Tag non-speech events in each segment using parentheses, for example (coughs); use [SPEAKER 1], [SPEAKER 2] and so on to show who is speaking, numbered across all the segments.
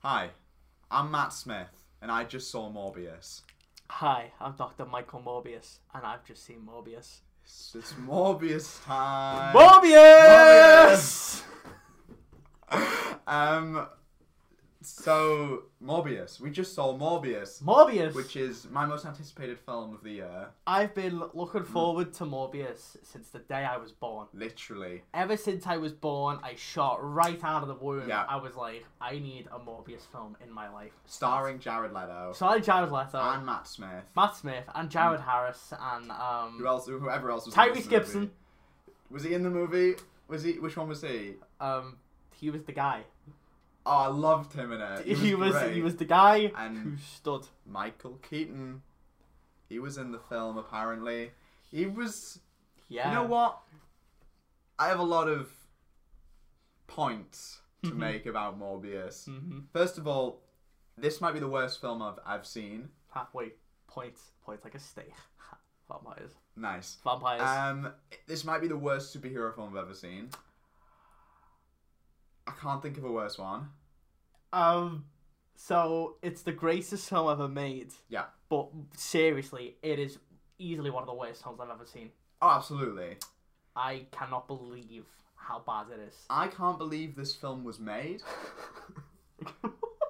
[SPEAKER 1] Hi, I'm Matt Smith, and I just saw Morbius.
[SPEAKER 2] Hi, I'm Dr. Michael Morbius, and I've just seen Morbius.
[SPEAKER 1] It's, it's Morbius time.
[SPEAKER 2] Morbius!
[SPEAKER 1] um, so Morbius, we just saw Morbius,
[SPEAKER 2] Morbius!
[SPEAKER 1] which is my most anticipated film of the year.
[SPEAKER 2] I've been l- looking forward to Morbius since the day I was born.
[SPEAKER 1] Literally,
[SPEAKER 2] Ever since I was born, I shot right out of the womb.
[SPEAKER 1] Yeah.
[SPEAKER 2] I was like, I need a Morbius film in my life.
[SPEAKER 1] starring Jared Leto
[SPEAKER 2] So I Jared Leto,
[SPEAKER 1] and Matt Smith.
[SPEAKER 2] Matt Smith, and Jared Harris, and um,
[SPEAKER 1] Who else? Whoever else was. in this
[SPEAKER 2] Tyrese
[SPEAKER 1] movie.
[SPEAKER 2] Gibson.
[SPEAKER 1] Was he in the movie? Was he? Which one was he?
[SPEAKER 2] Um, he was the guy.
[SPEAKER 1] Oh, I loved him in it.
[SPEAKER 2] He was (laughs) he was,
[SPEAKER 1] great.
[SPEAKER 2] the guy
[SPEAKER 1] And-
[SPEAKER 2] who stood.
[SPEAKER 1] Michael Keaton. He was in the film apparently. He was.
[SPEAKER 2] Yeah.
[SPEAKER 1] You know what? I have a lot of points to
[SPEAKER 2] Mhm.
[SPEAKER 1] make about Morbius.
[SPEAKER 2] hmm
[SPEAKER 1] First of all, this might be the worst film I've, I've seen.
[SPEAKER 2] Halfway points points like a steak. (laughs) Vampires.
[SPEAKER 1] Nice.
[SPEAKER 2] Vampires.
[SPEAKER 1] Um, this might be the worst superhero film I've ever seen. I can't think of a worse one.
[SPEAKER 2] Um, so it's the greatest film ever made.
[SPEAKER 1] Yeah.
[SPEAKER 2] But seriously, it is easily one of the worst films I've ever seen.
[SPEAKER 1] Oh, absolutely.
[SPEAKER 2] I cannot believe how bad it (laughs) is.
[SPEAKER 1] I can't believe this film was made.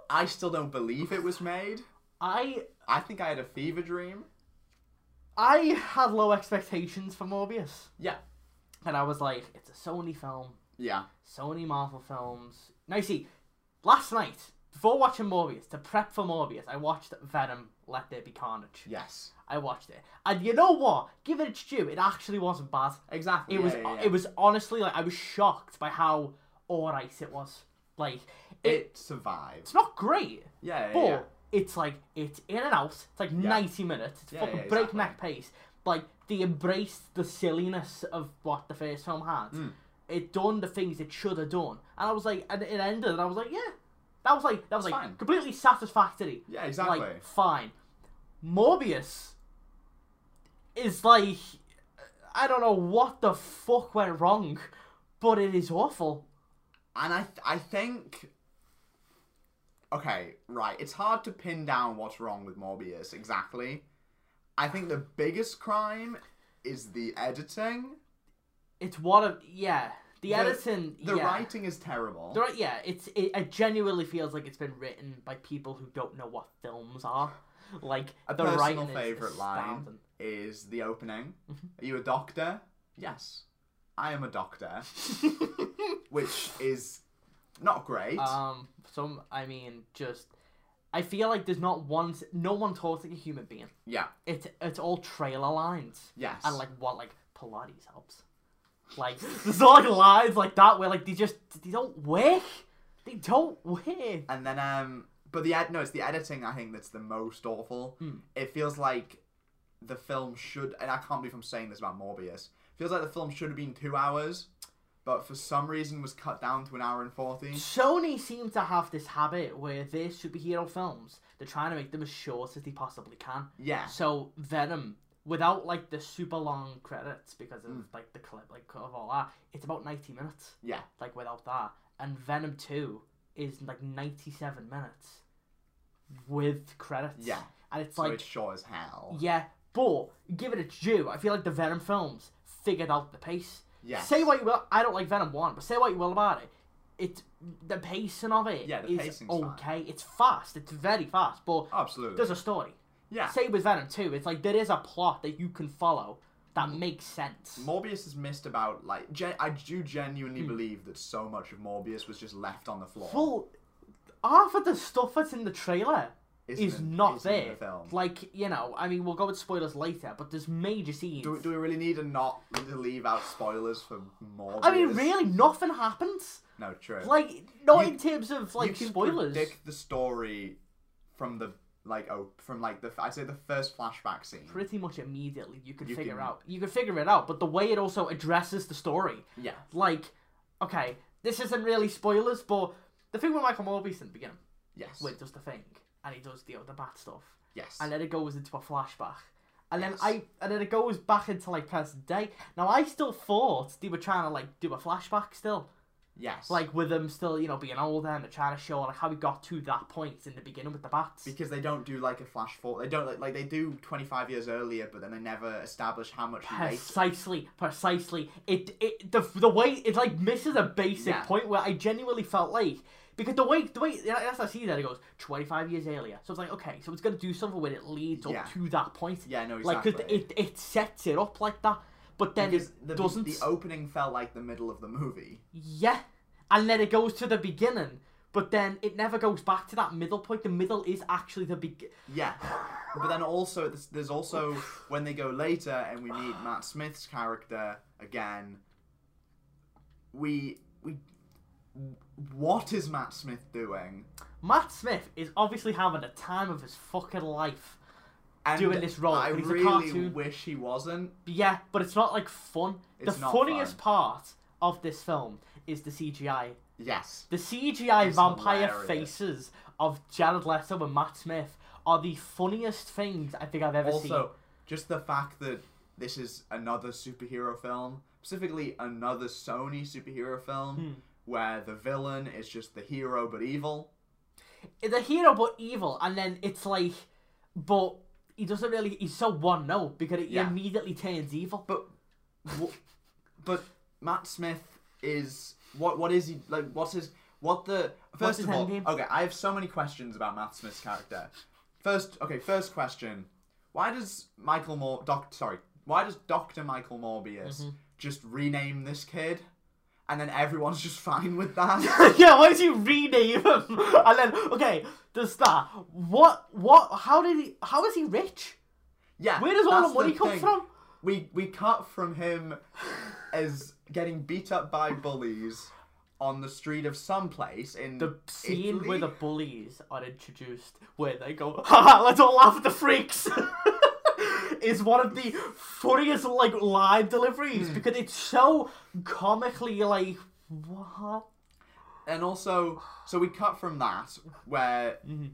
[SPEAKER 1] I still don't believe it was made.
[SPEAKER 2] I
[SPEAKER 1] I think I had a fever dream.
[SPEAKER 2] I had low expectations for Morbius,
[SPEAKER 1] Yeah.
[SPEAKER 2] and I was like, it's a Sony film,
[SPEAKER 1] Yeah.
[SPEAKER 2] Sony Marvel films. Now you see, last night before watching Morbius to prep for Morbius, I watched Venom: Let There Be Carnage.
[SPEAKER 1] Yes.
[SPEAKER 2] I watched it, and you know what? Give it its due. It actually wasn't bad.
[SPEAKER 1] Exactly.
[SPEAKER 2] It was
[SPEAKER 1] yeah, yeah, yeah.
[SPEAKER 2] it was honestly like I was shocked by how alright it was. Like it,
[SPEAKER 1] It survived.
[SPEAKER 2] it's not great,
[SPEAKER 1] Yeah.
[SPEAKER 2] but
[SPEAKER 1] Yeah. yeah.
[SPEAKER 2] it's like it's in and out. It's like ninety minutes. It's
[SPEAKER 1] Yeah,
[SPEAKER 2] fucking
[SPEAKER 1] yeah, exactly.
[SPEAKER 2] breakneck pace. Like they embraced the silliness of what the first film had.
[SPEAKER 1] Hmm.
[SPEAKER 2] It done the things it should have done, and I was like, and it ended, and I was like, yeah, that was like that was
[SPEAKER 1] It's
[SPEAKER 2] like
[SPEAKER 1] fine.
[SPEAKER 2] completely satisfactory.
[SPEAKER 1] Yeah, exactly.
[SPEAKER 2] Like fine, Morbius is like I don't know what the fuck went wrong, but it is awful.
[SPEAKER 1] and I, th- I think. Okay, right. It's hard to pin down what's wrong with Morbius exactly. I think the biggest crime is the editing.
[SPEAKER 2] It's one of yeah. The, editing,
[SPEAKER 1] The
[SPEAKER 2] yeah.
[SPEAKER 1] writing is terrible.
[SPEAKER 2] The right, yeah, it's it, it genuinely feels like it's been written by people who don't know what films are. Like
[SPEAKER 1] A
[SPEAKER 2] the
[SPEAKER 1] personal
[SPEAKER 2] writing
[SPEAKER 1] favorite
[SPEAKER 2] is
[SPEAKER 1] line
[SPEAKER 2] astounding. Mm-hmm.
[SPEAKER 1] is the opening. Are you a doctor? Yes, I am a doctor, which is not great.
[SPEAKER 2] (laughs) um, some I mean, just I feel like there's not one, s- no one talks like a human being.
[SPEAKER 1] yeah.
[SPEAKER 2] It's it's all trailer lines
[SPEAKER 1] Yes.
[SPEAKER 2] and like what like Pilates helps. Like (laughs) there's all like lines like that where like they just they don't work. They don't work.
[SPEAKER 1] And then, um, but the ed- no, it's the editing. I think that's the most awful.
[SPEAKER 2] Hmm.
[SPEAKER 1] It feels like the film should, and I can't believe I'm saying this about Morbius. Feels like the film should have been two hours, but for some reason was cut down to an hour and forty.
[SPEAKER 2] Sony seem to have this habit where their superhero films, they're trying to make them as short as they possibly can.
[SPEAKER 1] Yeah,
[SPEAKER 2] So Venom, without like the super long credits because
[SPEAKER 1] Hmm.
[SPEAKER 2] of like the clip, like of all that, it's about ninety minutes.
[SPEAKER 1] yeah,
[SPEAKER 2] Like without that, and Venom Two is like ninety-seven minutes with credits.
[SPEAKER 1] Yeah.
[SPEAKER 2] and it's
[SPEAKER 1] so
[SPEAKER 2] like
[SPEAKER 1] it's short as hell.
[SPEAKER 2] yeah, but give it its due. I feel like the Venom films figured out the pace.
[SPEAKER 1] Yes.
[SPEAKER 2] Say what you will. I don't like Venom One, but say what you will about it. It's the pacing of it.
[SPEAKER 1] Yeah, the
[SPEAKER 2] is
[SPEAKER 1] pacing's fine.
[SPEAKER 2] okay. It's fast. It's very fast, but
[SPEAKER 1] absolutely.
[SPEAKER 2] there's a story.
[SPEAKER 1] yeah,
[SPEAKER 2] Same with Venom Two. It's like there is a plot that you can follow that makes sense.
[SPEAKER 1] Morbius has missed about like gen- I do genuinely
[SPEAKER 2] Hmm.
[SPEAKER 1] believe that so much of Morbius was just left on the floor.
[SPEAKER 2] Well, half of the stuff that's in the trailer
[SPEAKER 1] Isn't
[SPEAKER 2] is
[SPEAKER 1] in-
[SPEAKER 2] not
[SPEAKER 1] isn't in
[SPEAKER 2] there.
[SPEAKER 1] the film.
[SPEAKER 2] Like you know, I mean, we'll go with spoilers later, but there's major scenes.
[SPEAKER 1] do, do we really need to not to leave out spoilers for Morbius?
[SPEAKER 2] I mean, really, nothing happens.
[SPEAKER 1] No, true.
[SPEAKER 2] Like, not
[SPEAKER 1] You-
[SPEAKER 2] in terms of like
[SPEAKER 1] you can
[SPEAKER 2] spoilers.
[SPEAKER 1] predict the story from the like oh from like the I'd say the first flashback scene.
[SPEAKER 2] Pretty much immediately, you can
[SPEAKER 1] You
[SPEAKER 2] figure
[SPEAKER 1] can-
[SPEAKER 2] out. You can figure it out, but the way it also addresses the story,
[SPEAKER 1] Yeah,
[SPEAKER 2] like, okay, this isn't really spoilers, but the thing with Michael Morbius in the beginning,
[SPEAKER 1] yes,
[SPEAKER 2] where he does the thing and he does the other bat stuff,
[SPEAKER 1] yes,
[SPEAKER 2] and then it goes into a flashback, and then
[SPEAKER 1] Yes.
[SPEAKER 2] I and then it goes back into like present day. Now I still thought they were trying to like do a flashback still.
[SPEAKER 1] Yes.
[SPEAKER 2] Like with them still, you know, being older and they're trying to show like how we got to that point in the beginning with the bats.
[SPEAKER 1] because they don't do like a flash forward. They don't like, like they do 25 years earlier, but then they never establish how much later.
[SPEAKER 2] Precisely, precisely. It it the the way it like misses a basic
[SPEAKER 1] Yeah.
[SPEAKER 2] point where I genuinely felt like because the way the way yeah, that's I see that it goes 25 years earlier. So it's like okay, so it's gonna do something when it leads up
[SPEAKER 1] Yeah.
[SPEAKER 2] to that point.
[SPEAKER 1] Yeah, no,
[SPEAKER 2] Like
[SPEAKER 1] exactly.
[SPEAKER 2] 'cause it it sets it up like that, but then
[SPEAKER 1] because
[SPEAKER 2] it
[SPEAKER 1] the,
[SPEAKER 2] doesn't.
[SPEAKER 1] the opening felt like the middle of the movie.
[SPEAKER 2] Yeah, and then it goes to the beginning, but then it never goes back to that middle point. The middle is actually the begin.
[SPEAKER 1] Yeah. But then also, there's, there's also when they go later and we meet Matt Smith's character again. We we, what is Matt Smith doing?
[SPEAKER 2] Matt Smith is obviously having a time of his fucking life.
[SPEAKER 1] And
[SPEAKER 2] Doing this role,
[SPEAKER 1] I
[SPEAKER 2] but he's a
[SPEAKER 1] really
[SPEAKER 2] cartoon.
[SPEAKER 1] wish he wasn't.
[SPEAKER 2] But yeah, but it's not like fun.
[SPEAKER 1] It's
[SPEAKER 2] the
[SPEAKER 1] not
[SPEAKER 2] funniest
[SPEAKER 1] fun.
[SPEAKER 2] part of this film is the CGI.
[SPEAKER 1] Yes.
[SPEAKER 2] The CGI
[SPEAKER 1] It's
[SPEAKER 2] vampire
[SPEAKER 1] hilarious.
[SPEAKER 2] faces of Jared Leto and Matt Smith are the funniest things I think I've ever seen.
[SPEAKER 1] Also, just the fact that this is another superhero film, specifically another Sony superhero film,
[SPEAKER 2] Hmm.
[SPEAKER 1] where the villain is just the hero but evil.
[SPEAKER 2] It's a hero but evil, and then it's like, but he doesn't really. He's so one note because he
[SPEAKER 1] Yeah.
[SPEAKER 2] immediately turns evil.
[SPEAKER 1] But, wha- but Matt Smith is what? What is he like? What's his? What the? First
[SPEAKER 2] his
[SPEAKER 1] of all,
[SPEAKER 2] endgame?
[SPEAKER 1] okay, I have so many questions about Matt Smith's character. First, okay, first question: Why does Michael Mor doc? Sorry, why does Doctor Michael Morbius
[SPEAKER 2] Mm-hmm.
[SPEAKER 1] just rename this kid, and then everyone's just fine with
[SPEAKER 2] (laughs)
[SPEAKER 1] that?
[SPEAKER 2] (laughs) yeah, why did you rename him? (laughs) And then okay, does that what what? How did he? How is he rich?
[SPEAKER 1] yeah,
[SPEAKER 2] Where does all
[SPEAKER 1] that's
[SPEAKER 2] the money come
[SPEAKER 1] thing.
[SPEAKER 2] from?
[SPEAKER 1] We we cut from him as getting beat up by bullies on the street of some place in
[SPEAKER 2] The scene
[SPEAKER 1] Italy?
[SPEAKER 2] where the bullies are introduced, where they go, haha, let's all laugh at the freaks, (laughs) is one of the funniest, like, line
[SPEAKER 1] Hmm.
[SPEAKER 2] deliveries because it's so comically, like, what?
[SPEAKER 1] and also so we cut from that where
[SPEAKER 2] Mm-hmm.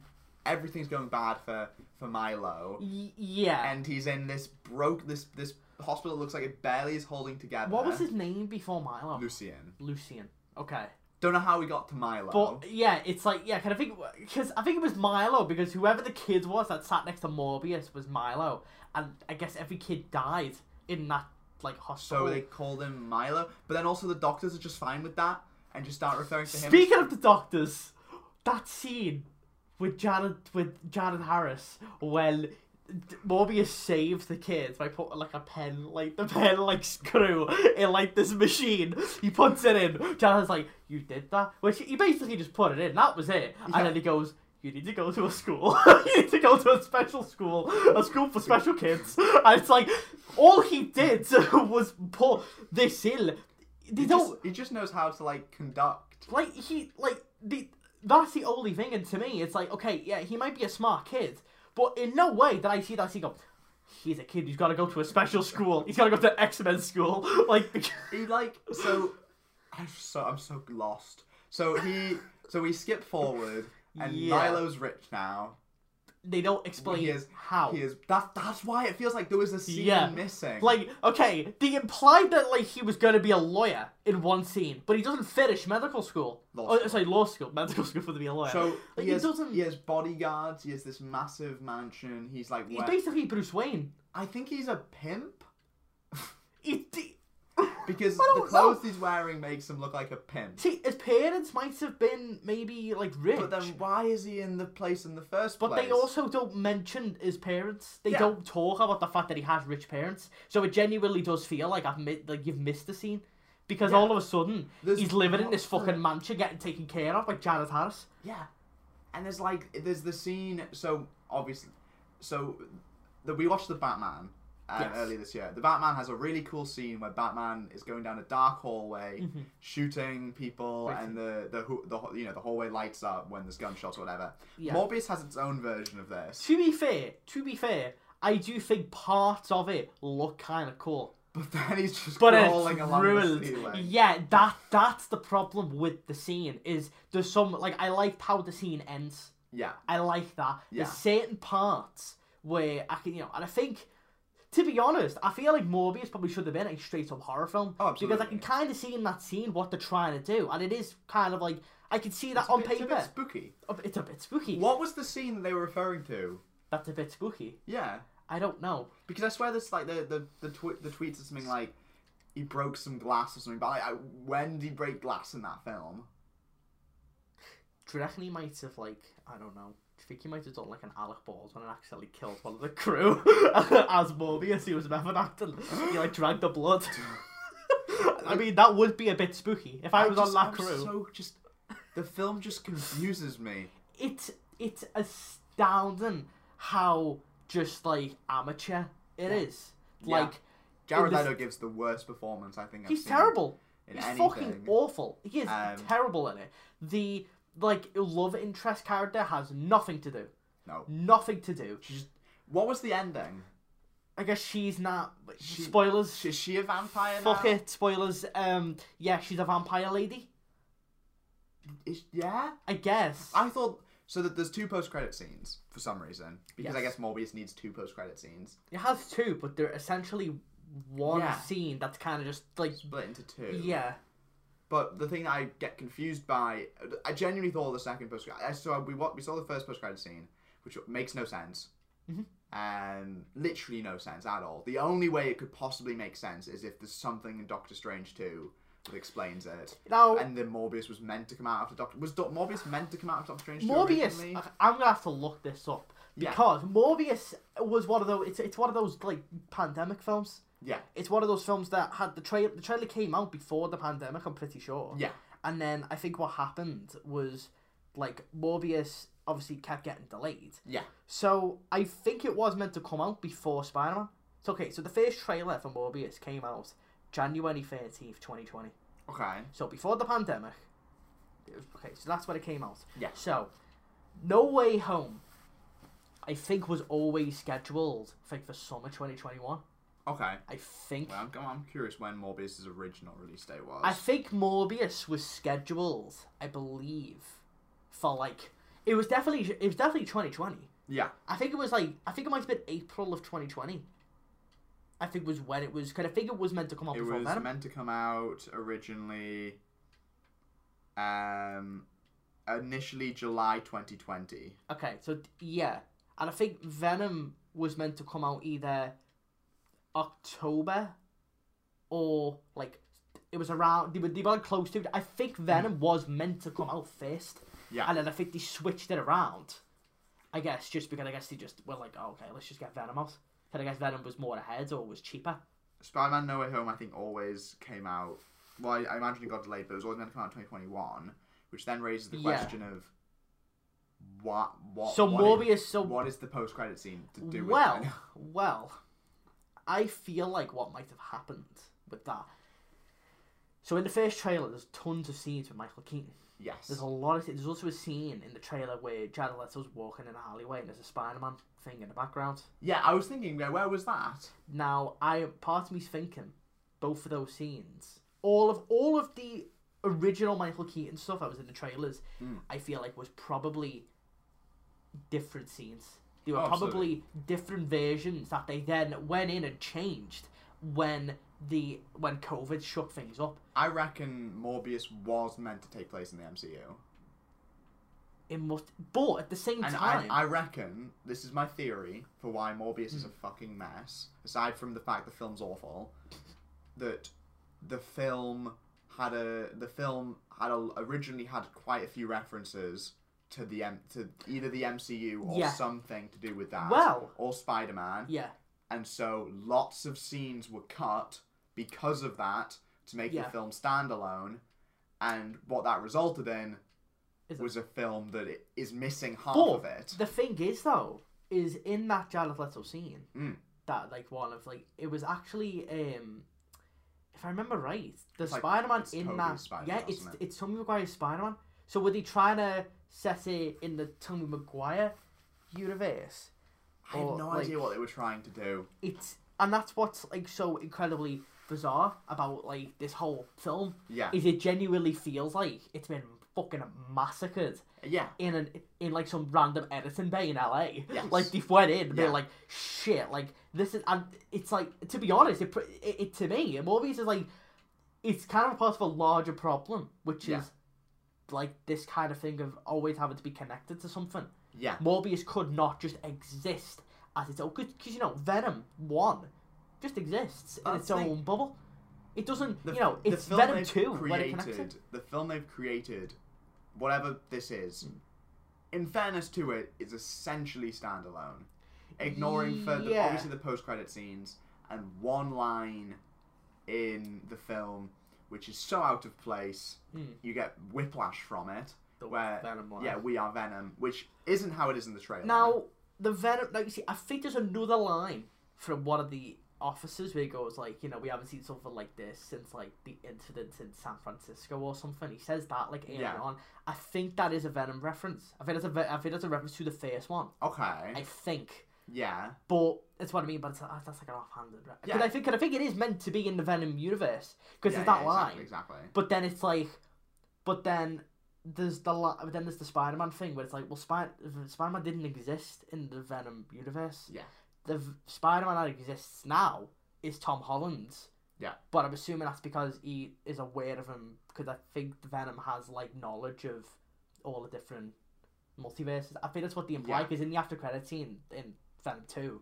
[SPEAKER 1] everything's going bad for for Milo
[SPEAKER 2] Y- yeah.
[SPEAKER 1] and he's in this broke this this hospital that looks like it barely is holding together.
[SPEAKER 2] what was his name before Milo?
[SPEAKER 1] Lucian.
[SPEAKER 2] Lucian. Okay.
[SPEAKER 1] Don't know how we got to Milo.
[SPEAKER 2] But yeah, it's like yeah, kind of think because I think it was Milo because whoever the kid was that sat next to Morbius was Milo, and I guess every kid died in that like
[SPEAKER 1] so
[SPEAKER 2] hospital.
[SPEAKER 1] they called him Milo, but then also the doctors are just fine with that and just start referring to him.
[SPEAKER 2] Speaking of the doctors, that scene with Janet with Janet Harris when D- Morbius saves the kids by putting like a pen, like the pen like screw in like this machine. He puts it in. Janet's like, "You did that," which he basically just put it in. That was it.
[SPEAKER 1] Yeah.
[SPEAKER 2] And then he goes. You need to go to a school. (laughs) you need to go to a special school, a school for special kids. And it's like, all he did (laughs) was put this in. They
[SPEAKER 1] he,
[SPEAKER 2] don't.
[SPEAKER 1] just, he just knows how to like conduct.
[SPEAKER 2] Like he like the that's the only thing, and to me, it's like okay, yeah, he might be a smart kid, but in no way did I see that. He go, he's a kid who's got to go to a special school. He's got to go to X Men school. (laughs) Like because,
[SPEAKER 1] He like so I'm so I'm so lost. So he so we skip forward and
[SPEAKER 2] Yeah.
[SPEAKER 1] Milo's rich now.
[SPEAKER 2] they don't explain
[SPEAKER 1] He is
[SPEAKER 2] how.
[SPEAKER 1] He is that that's why it feels like there was a scene
[SPEAKER 2] Yeah.
[SPEAKER 1] missing.
[SPEAKER 2] Like okay, they implied that like he was going to be a lawyer in one scene, but he doesn't finish medical school.
[SPEAKER 1] Law
[SPEAKER 2] oh,
[SPEAKER 1] school.
[SPEAKER 2] sorry, law school, medical (laughs) school for to be a lawyer.
[SPEAKER 1] so
[SPEAKER 2] like,
[SPEAKER 1] he, has,
[SPEAKER 2] doesn't.
[SPEAKER 1] he has bodyguards, he has this massive mansion, he's like
[SPEAKER 2] He's
[SPEAKER 1] where-
[SPEAKER 2] basically Bruce Wayne.
[SPEAKER 1] I think he's a pimp.
[SPEAKER 2] He, he-
[SPEAKER 1] Because
[SPEAKER 2] I
[SPEAKER 1] the
[SPEAKER 2] don't know.
[SPEAKER 1] clothes he's wearing makes him look like a pimp.
[SPEAKER 2] see, his parents might have been maybe like rich.
[SPEAKER 1] But then why is he in the place in the first
[SPEAKER 2] But
[SPEAKER 1] place?
[SPEAKER 2] they also don't mention his parents. They
[SPEAKER 1] Yeah.
[SPEAKER 2] don't talk about the fact that he has rich parents. So it genuinely does feel like I've mi- like you've missed the scene. Because
[SPEAKER 1] Yeah.
[SPEAKER 2] all of a sudden
[SPEAKER 1] There's
[SPEAKER 2] he's living in this
[SPEAKER 1] lots of-
[SPEAKER 2] fucking mansion getting taken care of by Janet Harris.
[SPEAKER 1] Yeah. And there's like there's the scene so obviously so that we watched the Batman uh,
[SPEAKER 2] Yes.
[SPEAKER 1] earlier this year. The Batman has a really cool scene where Batman is going down a dark hallway
[SPEAKER 2] Mm-hmm.
[SPEAKER 1] shooting people
[SPEAKER 2] Right.
[SPEAKER 1] and the the, hu- the hu- you know the hallway lights up when there's gunshots or whatever.
[SPEAKER 2] Yeah.
[SPEAKER 1] Morbius has its own version of this. (laughs)
[SPEAKER 2] To be fair, to be fair, I do think parts of it look kind of cool.
[SPEAKER 1] But then he's just
[SPEAKER 2] But
[SPEAKER 1] crawling
[SPEAKER 2] it's
[SPEAKER 1] along
[SPEAKER 2] ruined.
[SPEAKER 1] the ceiling.
[SPEAKER 2] Yeah, that that's the problem with the scene is there's some like I liked how the scene ends.
[SPEAKER 1] Yeah.
[SPEAKER 2] I like that.
[SPEAKER 1] Yeah.
[SPEAKER 2] There's certain parts where I can, you know, and I think to be honest, I feel like Morbius probably should have been a straight up horror film.
[SPEAKER 1] Oh, absolutely.
[SPEAKER 2] Because I can kind of see in that scene what they're trying to do, and it is kind of like I can see that on
[SPEAKER 1] It's a bit-
[SPEAKER 2] paper. Oh,
[SPEAKER 1] It's a bit spooky.
[SPEAKER 2] It's a bit spooky.
[SPEAKER 1] What was the scene that they were referring to?
[SPEAKER 2] That's a bit spooky.
[SPEAKER 1] Yeah,
[SPEAKER 2] I don't know.
[SPEAKER 1] because I swear this like the the the, tw- the tweets or something like he broke some glass or something. But like, I, when did he break glass in that film?
[SPEAKER 2] Do you reckon he might have like I don't know. Do you think he might have done like an Alec Baldwin and accidentally killed one of the crew (laughs) as Morbius? He was method acting. He like dragged
[SPEAKER 1] (laughs)
[SPEAKER 2] the blood. I mean, that would be a bit spooky if I, was
[SPEAKER 1] just,
[SPEAKER 2] on that
[SPEAKER 1] I'm
[SPEAKER 2] crew.
[SPEAKER 1] So just the film just confuses
[SPEAKER 2] (laughs)
[SPEAKER 1] me.
[SPEAKER 2] it's it's astounding how just like amateur it is.
[SPEAKER 1] Yeah.
[SPEAKER 2] Like
[SPEAKER 1] Jared
[SPEAKER 2] this-
[SPEAKER 1] Leto gives the worst performance I think. I've
[SPEAKER 2] he's
[SPEAKER 1] seen
[SPEAKER 2] terrible.
[SPEAKER 1] In
[SPEAKER 2] He's
[SPEAKER 1] anything.
[SPEAKER 2] fucking awful. He is
[SPEAKER 1] Um,
[SPEAKER 2] terrible in it. The like love interest character has nothing to do.
[SPEAKER 1] No.
[SPEAKER 2] Nothing to do.
[SPEAKER 1] She's, what was the ending?
[SPEAKER 2] I guess she's not.
[SPEAKER 1] She-
[SPEAKER 2] spoilers.
[SPEAKER 1] Is she a vampire?
[SPEAKER 2] Fuck
[SPEAKER 1] now?
[SPEAKER 2] it. Spoilers. Um. Yeah, she's a vampire lady.
[SPEAKER 1] Is- yeah.
[SPEAKER 2] I guess.
[SPEAKER 1] I thought so that there's two post credit scenes for some reason because I
[SPEAKER 2] Yes.
[SPEAKER 1] guess Morbius needs two post credit scenes
[SPEAKER 2] it has two, but they're essentially one
[SPEAKER 1] Yeah.
[SPEAKER 2] scene that's kind of just like
[SPEAKER 1] split into two.
[SPEAKER 2] yeah.
[SPEAKER 1] But the thing I get confused by, I genuinely thought the second post credit. So we wa- we saw the first post credit scene, which makes no sense.
[SPEAKER 2] Mm-hmm.
[SPEAKER 1] Um, literally no sense at all. The only way it could possibly make sense is if there's something in Doctor Strange two that explains it.
[SPEAKER 2] Now
[SPEAKER 1] And then Morbius was meant to come out after Doctor. Was Do- Morbius meant to come out after Doctor Strange? 2
[SPEAKER 2] Morbius.
[SPEAKER 1] originally?
[SPEAKER 2] I- I'm gonna have to look this up
[SPEAKER 1] Yeah.
[SPEAKER 2] because Morbius was one of those. It's it's one of those like pandemic films.
[SPEAKER 1] Yeah.
[SPEAKER 2] It's one of those films that had the trailer. The trailer came out before the pandemic. I'm pretty sure.
[SPEAKER 1] Yeah.
[SPEAKER 2] And then I think what happened was like Morbius obviously kept getting delayed.
[SPEAKER 1] Yeah.
[SPEAKER 2] So I think it was meant to come out before Spider Man. So okay, so the first trailer for Morbius came out January thirteenth, twenty twenty.
[SPEAKER 1] Okay.
[SPEAKER 2] So before the pandemic. it was- Okay, so that's when it came out.
[SPEAKER 1] Yeah.
[SPEAKER 2] So, No Way Home, I think was always scheduled I think for summer twenty twenty one.
[SPEAKER 1] Okay.
[SPEAKER 2] I think.
[SPEAKER 1] Well, I'm, I'm curious when Morbius's original release date was.
[SPEAKER 2] I think Morbius was scheduled, I believe, for like it was definitely it was definitely twenty twenty.
[SPEAKER 1] yeah.
[SPEAKER 2] I think it was like I think it might have been April of 2020. I think was when it was because I think it was meant to come out
[SPEAKER 1] It
[SPEAKER 2] before
[SPEAKER 1] was
[SPEAKER 2] Venom.
[SPEAKER 1] meant to come out originally. Um, initially July 2020.
[SPEAKER 2] Okay, so d- yeah, and I think Venom was meant to come out either October or like it was around they were they were like, close to. it. I think Venom was meant to come out first,
[SPEAKER 1] Mm. Yeah.
[SPEAKER 2] and then I think they switched it around. I guess just because I guess they just were like, oh, okay, let's just get Venom out. Because I guess Venom was more ahead or was cheaper.
[SPEAKER 1] Spider-Man: No Way Home, I think, always came out. Well, I, I imagine it got delayed, but it was always meant to come out in 2021, which then raises the
[SPEAKER 2] Yeah.
[SPEAKER 1] question of what Oh, what.
[SPEAKER 2] So
[SPEAKER 1] what
[SPEAKER 2] Morbius,
[SPEAKER 1] is-
[SPEAKER 2] so-
[SPEAKER 1] what is the post-credit scene to do
[SPEAKER 2] well,
[SPEAKER 1] with? it?
[SPEAKER 2] well, I feel like what might have happened with that. So in the first trailer, there's tons of scenes with Michael Keaton.
[SPEAKER 1] (laughs) yes.
[SPEAKER 2] There's a lot of there's also a scene in the trailer where Jared Leto's walking in an alleyway and there's a Spider-Man thing in the background.
[SPEAKER 1] Yeah, I was thinking, yeah, where was that?
[SPEAKER 2] Now, I part of me's thinking both of those scenes, all of all of the original Michael Keaton stuff that was in the trailers,
[SPEAKER 1] Hmm.
[SPEAKER 2] I feel like was probably different scenes. They were
[SPEAKER 1] Oh,
[SPEAKER 2] probably
[SPEAKER 1] absolutely.
[SPEAKER 2] different versions that they then went in and changed when the when COVID shook things up.
[SPEAKER 1] I reckon Morbius was meant to take place in the MCU.
[SPEAKER 2] It must, but at the same
[SPEAKER 1] And I,
[SPEAKER 2] time,
[SPEAKER 1] I reckon this is my theory for why Morbius
[SPEAKER 2] Hmm.
[SPEAKER 1] is a fucking mess. Aside from the fact the film's awful, that the film had a the film had a, originally had quite a few references to the M, to either the MCU or
[SPEAKER 2] Yeah.
[SPEAKER 1] something to do with that,
[SPEAKER 2] Well-
[SPEAKER 1] or Spider Man,
[SPEAKER 2] yeah,
[SPEAKER 1] and so lots of scenes were cut because of that to make
[SPEAKER 2] Yeah.
[SPEAKER 1] the film standalone. And what that resulted in
[SPEAKER 2] Is it-
[SPEAKER 1] was a film that i- is missing half of
[SPEAKER 2] But
[SPEAKER 1] it.
[SPEAKER 2] The thing is, though, is in that Jared Leto scene
[SPEAKER 1] Mm.
[SPEAKER 2] that like one of like it was actually um if I remember right, the
[SPEAKER 1] like-
[SPEAKER 2] Spider Man
[SPEAKER 1] it's
[SPEAKER 2] in
[SPEAKER 1] Tobey's
[SPEAKER 2] that
[SPEAKER 1] Spider-Man,
[SPEAKER 2] yeah, it's
[SPEAKER 1] isn't it?
[SPEAKER 2] it's Tommy Maguire's Spider Man. So were they trying to set it in the Tommy Maguire universe?
[SPEAKER 1] I have
[SPEAKER 2] Or,
[SPEAKER 1] no
[SPEAKER 2] like-
[SPEAKER 1] idea what they were trying to do.
[SPEAKER 2] It's and that's what's like so incredibly bizarre about like this whole film
[SPEAKER 1] Yeah.
[SPEAKER 2] is it genuinely feels like it's been fucking massacred
[SPEAKER 1] Yeah.
[SPEAKER 2] in an in like some random editing bay in LA.
[SPEAKER 1] Yes.
[SPEAKER 2] Like they went in, and they're
[SPEAKER 1] Yeah.
[SPEAKER 2] like, shit, like this is, and it's like to be honest, it, pr- it, it to me, Morbius is like, it's kind of part of a larger problem, which
[SPEAKER 1] Yeah.
[SPEAKER 2] is like this kind of thing of always having to be connected to something.
[SPEAKER 1] Yeah.
[SPEAKER 2] Morbius could not just exist as its own, because you know Venom One just exists in
[SPEAKER 1] That's
[SPEAKER 2] its
[SPEAKER 1] the
[SPEAKER 2] own
[SPEAKER 1] thing.
[SPEAKER 2] bubble. It doesn't,
[SPEAKER 1] The-
[SPEAKER 2] you know,
[SPEAKER 1] the
[SPEAKER 2] it's
[SPEAKER 1] film
[SPEAKER 2] Venom
[SPEAKER 1] they've
[SPEAKER 2] Two when it connects it.
[SPEAKER 1] created- The film they've created, whatever this is,
[SPEAKER 2] Hmm.
[SPEAKER 1] in fairness to it, is essentially standalone, ignoring for the,
[SPEAKER 2] Yeah.
[SPEAKER 1] obviously the post-credit scenes and one line in the film, which is so out of place.
[SPEAKER 2] Mm.
[SPEAKER 1] You get whiplash from it.
[SPEAKER 2] The
[SPEAKER 1] where
[SPEAKER 2] Venom one.
[SPEAKER 1] yeah, we are Venom, which isn't how it is in the trailer.
[SPEAKER 2] Now the Venom. Now you see, I think there's another line from one of the officers where he goes like, you know, we haven't seen something like this since like the incident in San Francisco or something. He says that like early
[SPEAKER 1] Yeah.
[SPEAKER 2] on. I think that is a Venom reference. I think that's a Ve- I think that's a reference to the first one. I
[SPEAKER 1] okay,
[SPEAKER 2] think.
[SPEAKER 1] yeah,
[SPEAKER 2] But that's what I mean. But it's, uh, that's like an offhanded. Re-
[SPEAKER 1] Yeah.
[SPEAKER 2] Cause I think 'cause I think it is meant to be in the Venom universe because
[SPEAKER 1] yeah,
[SPEAKER 2] it's
[SPEAKER 1] yeah,
[SPEAKER 2] that line.
[SPEAKER 1] exactly, exactly.
[SPEAKER 2] But then it's like, but then there's the li- but then there's the Spider Man thing where it's like, well, Spider Spider Man didn't exist in the Venom universe.
[SPEAKER 1] Yeah.
[SPEAKER 2] The Spider Man that exists now is Tom Holland's.
[SPEAKER 1] Yeah.
[SPEAKER 2] But I'm assuming that's because he is aware of him because I think the Venom has like knowledge of all the different multiverses. I think that's what they imply
[SPEAKER 1] Yeah.
[SPEAKER 2] because in the after credit scene in Venom Two,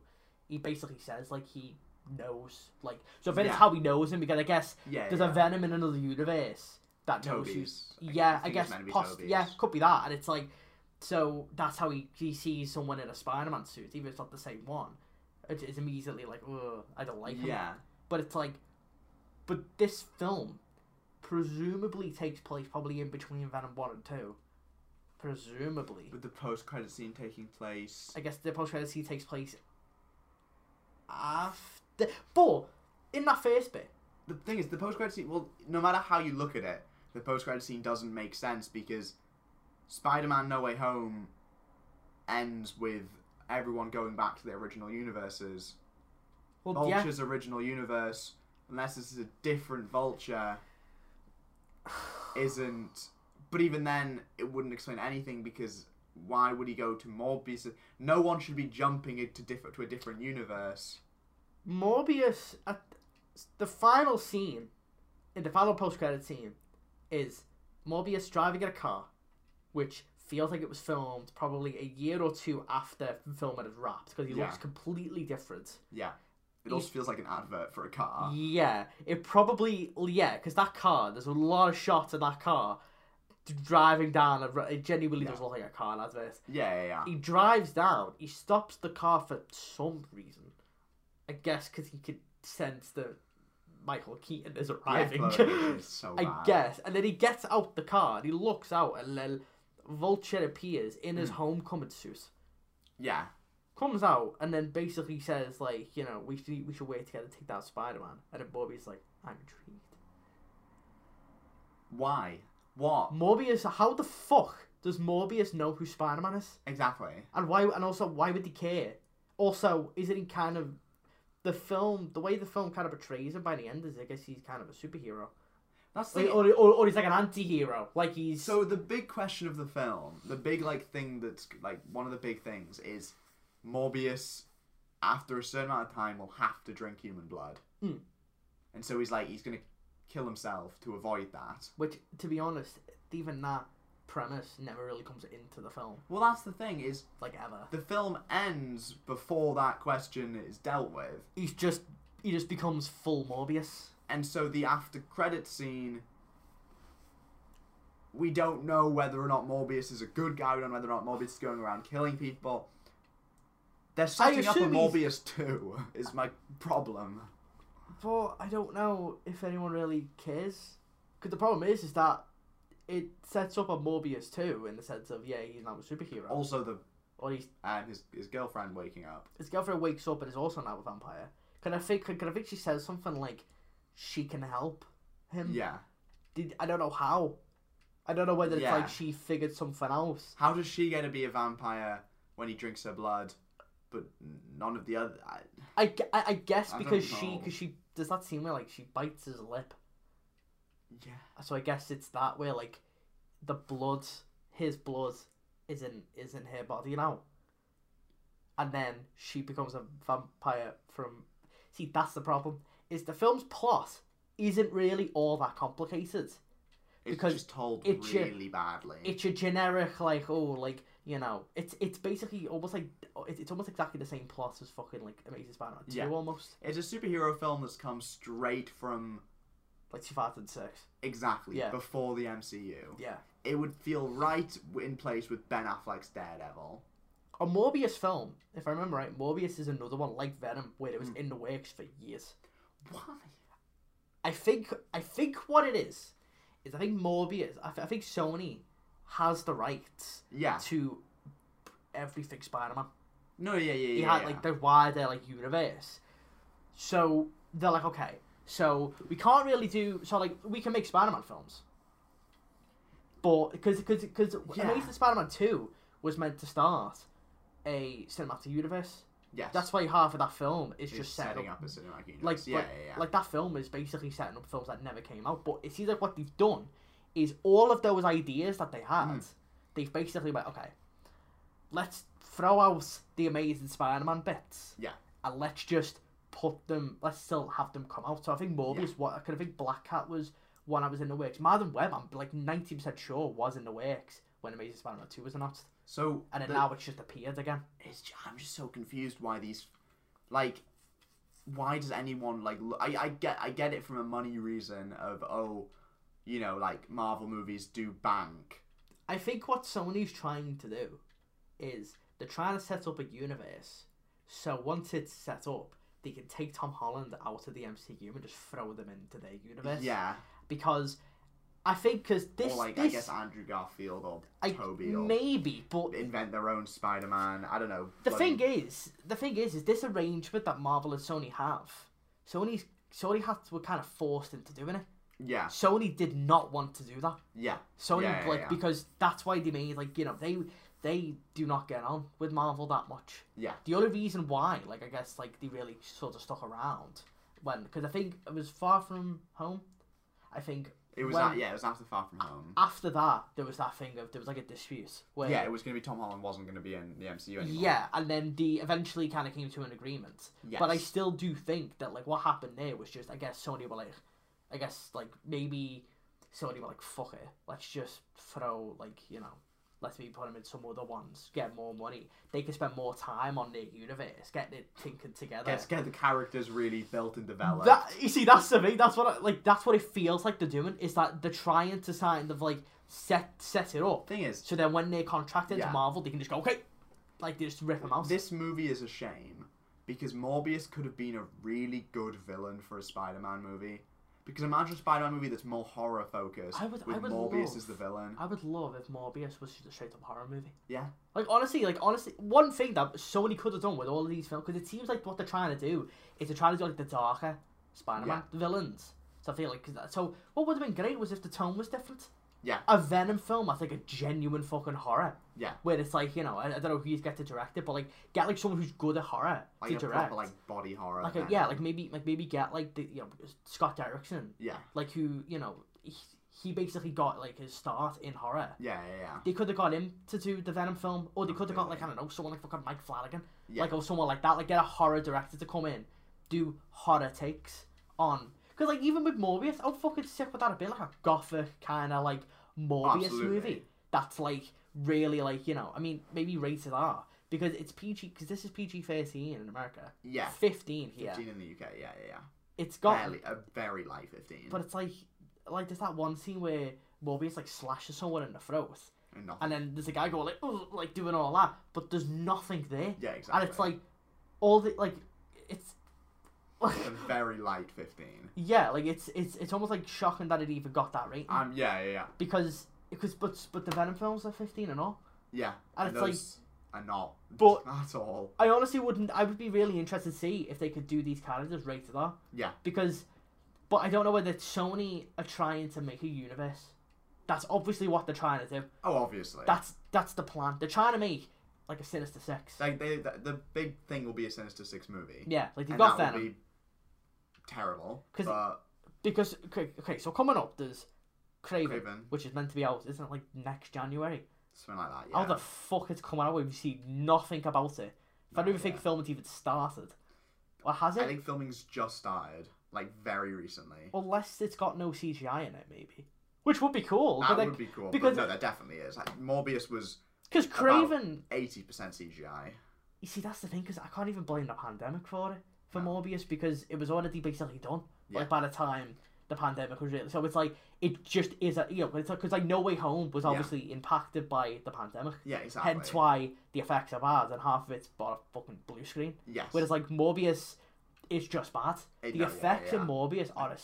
[SPEAKER 2] he basically says like he knows like so. I think it's
[SPEAKER 1] Yeah.
[SPEAKER 2] how he knows him because I guess
[SPEAKER 1] Yeah,
[SPEAKER 2] there's
[SPEAKER 1] yeah.
[SPEAKER 2] a Venom in another universe that knows who's.
[SPEAKER 1] Toby's.
[SPEAKER 2] Yeah, I,
[SPEAKER 1] think it's
[SPEAKER 2] guess.
[SPEAKER 1] meant to be
[SPEAKER 2] Post,
[SPEAKER 1] Toby's.
[SPEAKER 2] yeah, could be that. And it's like, so that's how he, he sees someone in a Spider Man suit, even if it's not the same one. It- It's immediately like, ugh, I don't like him.
[SPEAKER 1] yeah,
[SPEAKER 2] But it's like, but this film presumably takes place probably in between Venom 1 and 2. Presumably.
[SPEAKER 1] with the post-credit scene taking place.
[SPEAKER 2] I guess the post credit scene takes place after. But in that first bit,
[SPEAKER 1] The thing is, the post credit scene. Well, no matter how you look at it, the post credit scene doesn't make sense because Spider-Man: No Way Home ends with everyone going back to their original universes.
[SPEAKER 2] well, yeah.
[SPEAKER 1] Vulture's original universe, unless this is a different
[SPEAKER 2] (sighs)
[SPEAKER 1] Vulture, isn't. But even then, it wouldn't explain anything because why would he go to Morbius? No one should be jumping into diff- to a different universe.
[SPEAKER 2] Morbius at the final scene in the final post credit scene is Morbius driving in a car, which feels like it was filmed probably a year or two after filming is wrapped because he
[SPEAKER 1] Yeah.
[SPEAKER 2] looks completely different.
[SPEAKER 1] Yeah, it also feels like an advert for a car.
[SPEAKER 2] Yeah, it probably yeah because that car there's a lot of shots of that car d- driving down. A, ro- it genuinely does look like a car in adverts.
[SPEAKER 1] Yeah, yeah, yeah.
[SPEAKER 2] He drives down. He stops the car for some reason. I guess because he could sense that Michael Keaton is arriving. (laughs)
[SPEAKER 1] It's so bad.
[SPEAKER 2] I guess. And then he gets out the car and he looks out and then Vulture appears in
[SPEAKER 1] Hmm.
[SPEAKER 2] his homecoming suit.
[SPEAKER 1] Yeah.
[SPEAKER 2] Comes out and then basically says, like, you know, we should, we should wait together to take down Spider Man. And then Morbius is like, I'm intrigued.
[SPEAKER 1] Why? What?
[SPEAKER 2] Morbius, how the fuck does Morbius know who Spider Man is?
[SPEAKER 1] Exactly.
[SPEAKER 2] And why? And also, why would they care? Also, isn't he kind of the film? The way the film kind of portrays him by the end is, I guess he's kind of a superhero,
[SPEAKER 1] That's the
[SPEAKER 2] Like, oh, or, or, or he's like an anti-hero. Like he's
[SPEAKER 1] so the big question of the film, the big like thing that's like one of the big things is Morbius after a certain amount of time will have to drink human blood.
[SPEAKER 2] Hmm.
[SPEAKER 1] And so he's like he's going to kill himself to avoid that.
[SPEAKER 2] which, to be honest, even that premise never really comes into the film,
[SPEAKER 1] Well, that's the thing is
[SPEAKER 2] like ever.
[SPEAKER 1] the film ends before that question is dealt with.
[SPEAKER 2] He's just he just becomes full Morbius.
[SPEAKER 1] And so the after credit scene, we don't know whether or not Morbius is a good guy. We don't know whether or not Morbius is going around killing people. They're setting up a
[SPEAKER 2] assume he's-
[SPEAKER 1] Morbius two. (laughs) Is my problem.
[SPEAKER 2] But I don't know if anyone really cares, because the problem is, is that it sets up a Morbius too, in the sense of yeah, he's now a superhero,
[SPEAKER 1] Also, the
[SPEAKER 2] or he's
[SPEAKER 1] um, his his girlfriend waking up.
[SPEAKER 2] his girlfriend wakes up and is also now a vampire. Can I think? Can I think she says something like, "She can help him."
[SPEAKER 1] Yeah.
[SPEAKER 2] Did, I don't know how. I don't know whether
[SPEAKER 1] Yeah.
[SPEAKER 2] it's like she figured something else.
[SPEAKER 1] How does she get to be a vampire when he drinks her blood, but none of the other? I,
[SPEAKER 2] I, gu- I, I guess
[SPEAKER 1] I don't
[SPEAKER 2] because she
[SPEAKER 1] know.
[SPEAKER 2] because she does that scene where like she bites his lip.
[SPEAKER 1] yeah.
[SPEAKER 2] So I guess it's that where like the blood, his blood, is in is in her body now. And then she becomes a vampire from. See, that's the problem. Is the film's plot isn't really all that complicated.
[SPEAKER 1] It's
[SPEAKER 2] Because
[SPEAKER 1] just told
[SPEAKER 2] it should-
[SPEAKER 1] really badly.
[SPEAKER 2] It's your generic like oh like you know it's it's basically almost like it's, it's almost exactly the same plot as fucking like Amazing Spider-Man two
[SPEAKER 1] Yeah.
[SPEAKER 2] almost
[SPEAKER 1] it's a superhero film that's come straight from
[SPEAKER 2] like 2006.
[SPEAKER 1] exactly
[SPEAKER 2] Yeah.
[SPEAKER 1] before the MCU.
[SPEAKER 2] Yeah.
[SPEAKER 1] It would feel right in place with Ben Affleck's Daredevil.
[SPEAKER 2] A Morbius film, if I remember right, Morbius is another one like Venom, where it was in the works for years.
[SPEAKER 1] Why?
[SPEAKER 2] I think I think what it is is I think Morbius. I, th- I think Sony has the rights
[SPEAKER 1] Yeah.
[SPEAKER 2] to everything Spider-Man.
[SPEAKER 1] No. Yeah. Yeah. Yeah.
[SPEAKER 2] He had
[SPEAKER 1] yeah.
[SPEAKER 2] like the wider like universe. So they're like, okay, so we can't really do so like we can make Spider-Man films, but because because because
[SPEAKER 1] Yeah.
[SPEAKER 2] Amazing Spider-Man two was meant to start a cinematic universe.
[SPEAKER 1] yes.
[SPEAKER 2] That's why half of that film is
[SPEAKER 1] It's
[SPEAKER 2] just set
[SPEAKER 1] setting
[SPEAKER 2] up.
[SPEAKER 1] up a cinematic universe.
[SPEAKER 2] Like,
[SPEAKER 1] yeah,
[SPEAKER 2] like,
[SPEAKER 1] yeah, yeah.
[SPEAKER 2] like that film is basically setting up films that never came out. But it seems like what they've done is all of those ideas that they had,
[SPEAKER 1] Hmm.
[SPEAKER 2] they've basically went, okay, let's throw out the Amazing Spider-Man bits
[SPEAKER 1] yeah.
[SPEAKER 2] and let's just put them. Let's still have them come out. So I think Morbius. What I kind of think Black Cat was one I was in the works. Madam Web, I'm like ninety percent sure was in the works when Amazing Spider-Man Two was announced,
[SPEAKER 1] So
[SPEAKER 2] and then
[SPEAKER 1] the-
[SPEAKER 2] now it's just appeared again.
[SPEAKER 1] it's ju- I'm just so confused why these, like, why does anyone like? lo- I I get I get it from a money reason of oh, you know like Marvel movies do bank.
[SPEAKER 2] I think what Sony's trying to do is they're trying to set up a universe. So once it's set up, they can take Tom Holland out of the MCU and just throw them into their universe.
[SPEAKER 1] Yeah,
[SPEAKER 2] Because I think because this
[SPEAKER 1] or like I
[SPEAKER 2] this
[SPEAKER 1] guess Andrew Garfield or
[SPEAKER 2] I-
[SPEAKER 1] Toby or
[SPEAKER 2] maybe, but
[SPEAKER 1] invent their own Spider Man. I don't know.
[SPEAKER 2] the
[SPEAKER 1] bloody-
[SPEAKER 2] thing is, the thing is, is this arrangement that Marvel and Sony have. Sony's Sony had were kind of forced into doing it.
[SPEAKER 1] Yeah,
[SPEAKER 2] Sony did not want to do that.
[SPEAKER 1] yeah,
[SPEAKER 2] Sony
[SPEAKER 1] Yeah, yeah,
[SPEAKER 2] like
[SPEAKER 1] yeah.
[SPEAKER 2] because that's why they made like you know they they do not get on with Marvel that much.
[SPEAKER 1] yeah,
[SPEAKER 2] The only reason why like I guess like they really sort of stuck around when because I think it was Far From Home. I think
[SPEAKER 1] it was
[SPEAKER 2] when-
[SPEAKER 1] a- yeah, it was after Far From Home.
[SPEAKER 2] after that there was that thing of there was like a dispute where
[SPEAKER 1] yeah, it was gonna be Tom Holland wasn't gonna be in the MCU anymore.
[SPEAKER 2] Yeah, and then the eventually kind of came to an agreement. But I
[SPEAKER 1] Yes.
[SPEAKER 2] still do think that like what happened there was just I guess Sony were like, I guess like maybe Sony were like fuck it, let's just throw like you know, let's maybe put them in some other ones, get more money. They can spend more time on their universe, getting it tinkered together.
[SPEAKER 1] Let's get the characters really built and developed.
[SPEAKER 2] That you see, that's the thing. That's what I, like that's what it feels like they're doing is that they're trying to kind of like set set it up.
[SPEAKER 1] thing is,
[SPEAKER 2] So then when they're contracted
[SPEAKER 1] Yeah.
[SPEAKER 2] to Marvel, they can just go okay, like they just rip them out.
[SPEAKER 1] This movie is a shame because Morbius could have been a really good villain for a Spider-Man movie. Because imagine a Spider-Man movie that's more horror focused
[SPEAKER 2] I would-
[SPEAKER 1] with
[SPEAKER 2] I would
[SPEAKER 1] Morbius
[SPEAKER 2] love-
[SPEAKER 1] as the villain.
[SPEAKER 2] I would love if Morbius was just a straight up horror movie.
[SPEAKER 1] Yeah,
[SPEAKER 2] Like honestly, like honestly, one thing that Sony could have done with all of these films because it seems like what they're trying to do is they're trying to do like the darker Spider-Man villains. So I feel like 'cause that, so what would have been great was if the tone was different.
[SPEAKER 1] Yeah.
[SPEAKER 2] A Venom film that's like a genuine fucking horror
[SPEAKER 1] yeah,
[SPEAKER 2] where it's like you know I, I don't know who you get to direct it, but like get like someone who's good at horror
[SPEAKER 1] like a
[SPEAKER 2] to direct.
[SPEAKER 1] proper like body horror.
[SPEAKER 2] like a,
[SPEAKER 1] then.
[SPEAKER 2] yeah, like maybe like maybe get like the you know Scott Derrickson,
[SPEAKER 1] yeah,
[SPEAKER 2] like who you know he, he basically got like his start in horror
[SPEAKER 1] yeah, yeah, yeah.
[SPEAKER 2] they could have got him to do the Venom film, or they could have got like I don't know someone like fucking Mike Flanagan,
[SPEAKER 1] Yeah.
[SPEAKER 2] like or someone like that. Like get a horror director to come in, do horror takes on. Because like even with Morbius, how fucking sick would that have been? Like a gothic kind of like Morbius
[SPEAKER 1] Absolutely.
[SPEAKER 2] movie that's like really like you know I mean maybe rated R because it's PG because this is PG thirteen in America,
[SPEAKER 1] Yeah.
[SPEAKER 2] fifteen here.
[SPEAKER 1] Fifteen in the UK. Yeah, yeah, yeah.
[SPEAKER 2] It's got
[SPEAKER 1] Barely, a very light fifteen.
[SPEAKER 2] but it's like like there's that one scene where Morbius like slashes someone in the throat.
[SPEAKER 1] and nothing.
[SPEAKER 2] And then there's a guy going like, "Ugh," like doing all that, but there's nothing there.
[SPEAKER 1] yeah, exactly.
[SPEAKER 2] And it's like all the like, it's (laughs)
[SPEAKER 1] a very light fifteen.
[SPEAKER 2] yeah, like it's it's it's almost like shocking that it even got that rating
[SPEAKER 1] Um, yeah, yeah, yeah,
[SPEAKER 2] because because but but the Venom films are fifteen and all.
[SPEAKER 1] yeah.
[SPEAKER 2] And it's like-
[SPEAKER 1] those are (laughs) not
[SPEAKER 2] But-
[SPEAKER 1] at all.
[SPEAKER 2] I honestly wouldn't. I would be really interested to see if they could do these characters rated R
[SPEAKER 1] Yeah,
[SPEAKER 2] because, but I don't know whether Sony are trying to make a universe. That's obviously what they're trying to do.
[SPEAKER 1] oh, obviously.
[SPEAKER 2] That's that's the plan. They're trying to make like a Sinister Six.
[SPEAKER 1] like they, the, the big thing will be a Sinister Six movie.
[SPEAKER 2] yeah, like they've
[SPEAKER 1] and
[SPEAKER 2] got
[SPEAKER 1] that
[SPEAKER 2] Venom.
[SPEAKER 1] would be terrible.
[SPEAKER 2] 'Cause-
[SPEAKER 1] but
[SPEAKER 2] Because okay, okay, so coming up, there's Craven,
[SPEAKER 1] Craven.
[SPEAKER 2] which is meant to be out, isn't it like next January?
[SPEAKER 1] Something like that, yeah.
[SPEAKER 2] How the fuck it's coming out? We've seen nothing about it. If I don't
[SPEAKER 1] No,
[SPEAKER 2] even think
[SPEAKER 1] yeah.
[SPEAKER 2] filming's even started. Or has
[SPEAKER 1] I
[SPEAKER 2] it? Oh,
[SPEAKER 1] think filming's just started, like very recently.
[SPEAKER 2] Unless it's got no CGI in it, maybe. Which would be cool.
[SPEAKER 1] that
[SPEAKER 2] but
[SPEAKER 1] would be cool.
[SPEAKER 2] because-
[SPEAKER 1] Because but no, that definitely is. Like, Morbius was
[SPEAKER 2] Because Craven,
[SPEAKER 1] eighty percent CGI.
[SPEAKER 2] you see, that's the thing, because I can't even blame the pandemic for it, for
[SPEAKER 1] No.
[SPEAKER 2] Morbius, because it was already basically done.
[SPEAKER 1] Yeah.
[SPEAKER 2] Like, by the time the pandemic was real. So it's like, it just is, a, you know, because like, 'cause, like No Way Home was
[SPEAKER 1] Yeah.
[SPEAKER 2] obviously impacted by the pandemic.
[SPEAKER 1] Yeah, exactly.
[SPEAKER 2] Hence why the effects are bad, and half of it's on a fucking blue screen.
[SPEAKER 1] Yes.
[SPEAKER 2] Whereas, like, Morbius is just bad.
[SPEAKER 1] It-
[SPEAKER 2] the
[SPEAKER 1] no, yeah,
[SPEAKER 2] effects
[SPEAKER 1] yeah.
[SPEAKER 2] in Morbius are
[SPEAKER 1] Terrible.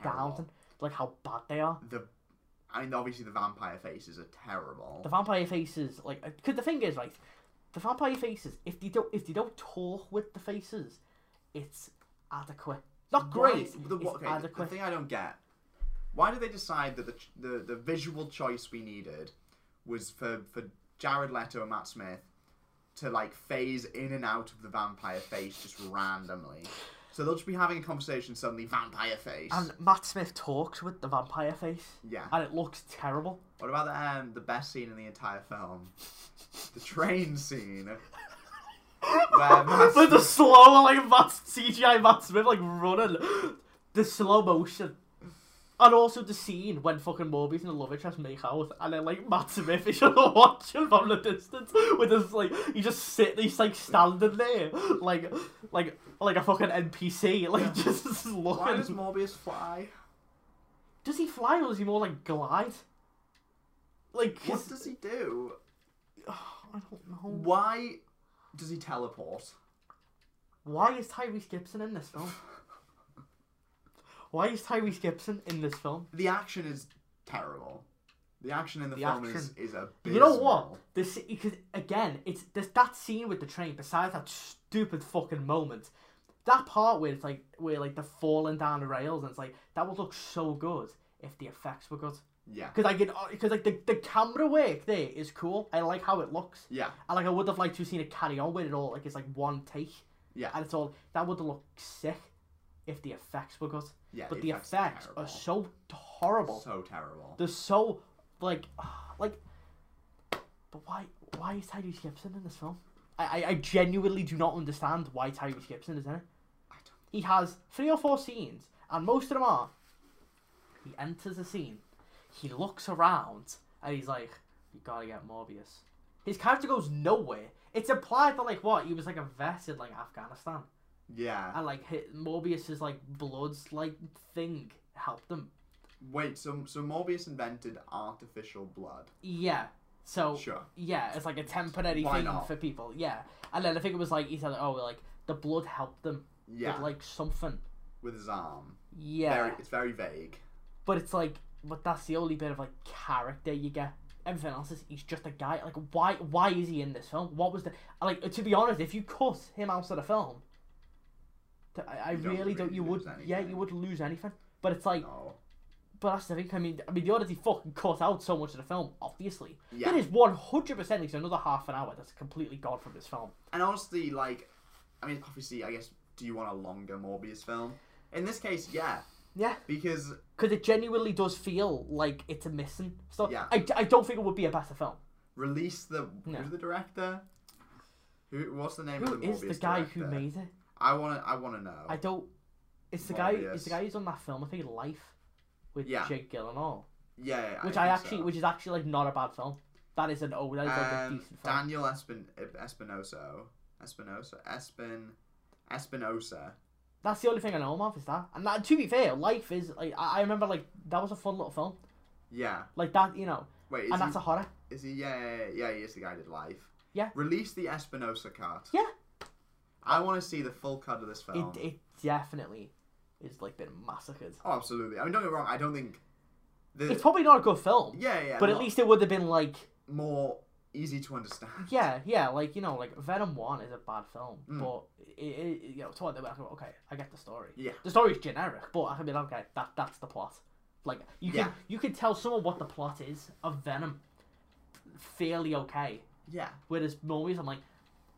[SPEAKER 2] astounding. Like, how bad they are.
[SPEAKER 1] the, I mean, obviously the vampire faces are terrible.
[SPEAKER 2] The vampire faces, like, because the thing is, right, the vampire faces. If they don't, if they don't talk with the faces, it's adequate. Not great.
[SPEAKER 1] Why- the,
[SPEAKER 2] it's
[SPEAKER 1] what- okay, the- the
[SPEAKER 2] adequate.
[SPEAKER 1] thing I don't get. Why did they decide that the, ch- the the visual choice we needed was for for Jared Leto and Matt Smith to like phase in and out of the vampire face just randomly? So they'll just be having a conversation suddenly vampire face.
[SPEAKER 2] and Matt Smith talks with the vampire face,
[SPEAKER 1] yeah.
[SPEAKER 2] and it looks terrible.
[SPEAKER 1] What about the um, the best scene in the entire film? The train
[SPEAKER 2] (laughs)
[SPEAKER 1] scene. Where Matt
[SPEAKER 2] With the
[SPEAKER 1] Smith-
[SPEAKER 2] slow, like Matt, CGI Matt Smith, like running, the slow motion. And also the scene when fucking Morbius and the love interest make out, and then like Matt Smith is just (laughs) watching from the distance with his like he's just sitting, he's like standing there, like like like a fucking NPC, (laughs) like just
[SPEAKER 1] Why
[SPEAKER 2] looking.
[SPEAKER 1] does Morbius fly?
[SPEAKER 2] Does he fly or does he more like glide? Like,
[SPEAKER 1] What
[SPEAKER 2] 'cause-
[SPEAKER 1] does he do?
[SPEAKER 2] I don't know.
[SPEAKER 1] Why does he teleport?
[SPEAKER 2] Why is Tyrese Gibson in this (laughs) film? Why is Tyrese Gibson in this film?
[SPEAKER 1] The action is terrible. The action in the,
[SPEAKER 2] The
[SPEAKER 1] film
[SPEAKER 2] action-
[SPEAKER 1] is is a.
[SPEAKER 2] You know what? This because again, it's there's that scene with the train. Besides that stupid fucking moment, that part where it's like where like they're falling down the rails, and it's like that would look so good if the effects were good.
[SPEAKER 1] Yeah,
[SPEAKER 2] Because I get because like the, the camera work there is cool. I like how it looks.
[SPEAKER 1] yeah,
[SPEAKER 2] And like I would have liked to have seen it carry on with it all. Like it's like one take,
[SPEAKER 1] yeah,
[SPEAKER 2] and it's all that would have looked sick if the effects were good.
[SPEAKER 1] yeah.
[SPEAKER 2] But the effects
[SPEAKER 1] terrible.
[SPEAKER 2] are so horrible
[SPEAKER 1] so terrible.
[SPEAKER 2] they're so like (sighs) like but why why is Tyrese Gibson in this film? I, I, I genuinely do not understand why Tyrese Gibson is in it.
[SPEAKER 1] I don't-
[SPEAKER 2] He has three or four scenes and most of them are he enters a scene, he looks around and he's like, You gotta get Morbius. His character goes nowhere. It's implied that like what, he was like a vet in like Afghanistan.
[SPEAKER 1] Yeah.
[SPEAKER 2] And like hit Morbius's like blood's like thing helped them.
[SPEAKER 1] Wait. So so Morbius invented artificial blood.
[SPEAKER 2] Yeah. So
[SPEAKER 1] Sure.
[SPEAKER 2] Yeah, it's like a temporary
[SPEAKER 1] Why
[SPEAKER 2] thing
[SPEAKER 1] not?
[SPEAKER 2] for people. Yeah, and then I think it was like he said, like, "Oh, well, like the blood helped them
[SPEAKER 1] Yeah.
[SPEAKER 2] with like something."
[SPEAKER 1] With his arm.
[SPEAKER 2] Yeah,
[SPEAKER 1] Very. It's very vague.
[SPEAKER 2] but it's like, but that's the only bit of like character you get. Everything else is he's just a guy. Like, why? Why is he in this film? What was the like? To be honest, if you cut him out of the film, th- I, I
[SPEAKER 1] You don't
[SPEAKER 2] really don't.
[SPEAKER 1] really
[SPEAKER 2] You would,
[SPEAKER 1] lose
[SPEAKER 2] yeah,
[SPEAKER 1] anything.
[SPEAKER 2] you would lose anything. But it's like,
[SPEAKER 1] No.
[SPEAKER 2] but that's the thing. I mean, I mean, they already fucking cut out so much of the film. Obviously,
[SPEAKER 1] Yeah.
[SPEAKER 2] it is one hundred percent. It's another half an hour that's completely gone from this film.
[SPEAKER 1] And honestly, like, I mean, obviously, I guess, do you want a longer Morbius film? In this case, yeah,
[SPEAKER 2] Yeah,
[SPEAKER 1] because
[SPEAKER 2] because it genuinely does feel like it's a missing. So
[SPEAKER 1] Yeah.
[SPEAKER 2] I, I don't think it would be a better film.
[SPEAKER 1] release the
[SPEAKER 2] No.
[SPEAKER 1] who's the director? Who? What's the name
[SPEAKER 2] Who
[SPEAKER 1] of the
[SPEAKER 2] is
[SPEAKER 1] Morbius
[SPEAKER 2] the guy who
[SPEAKER 1] director? Oh.
[SPEAKER 2] made it?
[SPEAKER 1] I want to. I want to know.
[SPEAKER 2] I don't. It's the guy. It's
[SPEAKER 1] Morbius.
[SPEAKER 2] the guy who's on that film. I think Life with
[SPEAKER 1] Yeah.
[SPEAKER 2] Jake Gyllenhaal,
[SPEAKER 1] yeah, yeah, yeah,
[SPEAKER 2] which I,
[SPEAKER 1] think
[SPEAKER 2] actually,
[SPEAKER 1] so.
[SPEAKER 2] which is actually like not a bad film. That is an oh, that is like a
[SPEAKER 1] Um,
[SPEAKER 2] decent film.
[SPEAKER 1] Daniel Espin Espinoso Espinosa Espin Espinosa.
[SPEAKER 2] That's the only thing I know him of is that. And that, to be fair, Life is like I, I remember like that was a fun little film.
[SPEAKER 1] Yeah.
[SPEAKER 2] Like that, you know,
[SPEAKER 1] Wait. Is
[SPEAKER 2] and
[SPEAKER 1] he,
[SPEAKER 2] that's a horror.
[SPEAKER 1] is he? Yeah, yeah, yeah, yeah. He is the guy who did Life.
[SPEAKER 2] Yeah.
[SPEAKER 1] Release the Espinosa cut.
[SPEAKER 2] Yeah.
[SPEAKER 1] I want to see the full cut of this film.
[SPEAKER 2] It, it definitely is like been massacred.
[SPEAKER 1] Oh, absolutely. I mean, don't get me wrong. I don't think the
[SPEAKER 2] It's probably not a good film,
[SPEAKER 1] Uh, yeah, yeah,
[SPEAKER 2] but at
[SPEAKER 1] not-
[SPEAKER 2] least it would have been like
[SPEAKER 1] more easy to understand. (laughs)
[SPEAKER 2] Yeah, yeah, like you know, like Venom One is a bad film,
[SPEAKER 1] Mm.
[SPEAKER 2] but it, it, you know, to what they were, I can go, okay, I get the story.
[SPEAKER 1] Yeah.
[SPEAKER 2] The story's generic, but I can be like, okay, that that's the plot. Like you can
[SPEAKER 1] Yeah.
[SPEAKER 2] you can tell someone what the plot is of Venom, fairly okay.
[SPEAKER 1] Yeah.
[SPEAKER 2] Whereas movies, I'm like,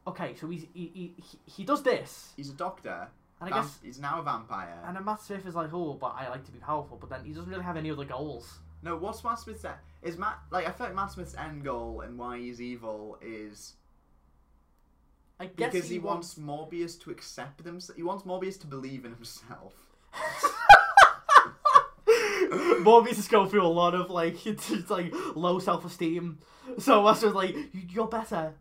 [SPEAKER 2] okay, so he's he he, he, he does this,
[SPEAKER 1] He's a doctor.
[SPEAKER 2] and I
[SPEAKER 1] Vamp-
[SPEAKER 2] guess,
[SPEAKER 1] he's now a vampire.
[SPEAKER 2] and then Matt Smith is like, oh, but I like to be powerful, but then he doesn't really have any other goals.
[SPEAKER 1] No, what's Matt Smith's end? Is Matt like I feel like Matt Smith's end goal and why he's evil is
[SPEAKER 2] I guess
[SPEAKER 1] because he, wants Morbius to accept himself. He wants Morbius to believe in himself.
[SPEAKER 2] (laughs) Morbius is going through a lot of like (laughs) it's, it's like low self esteem. So Wes was like, "You- "You're better."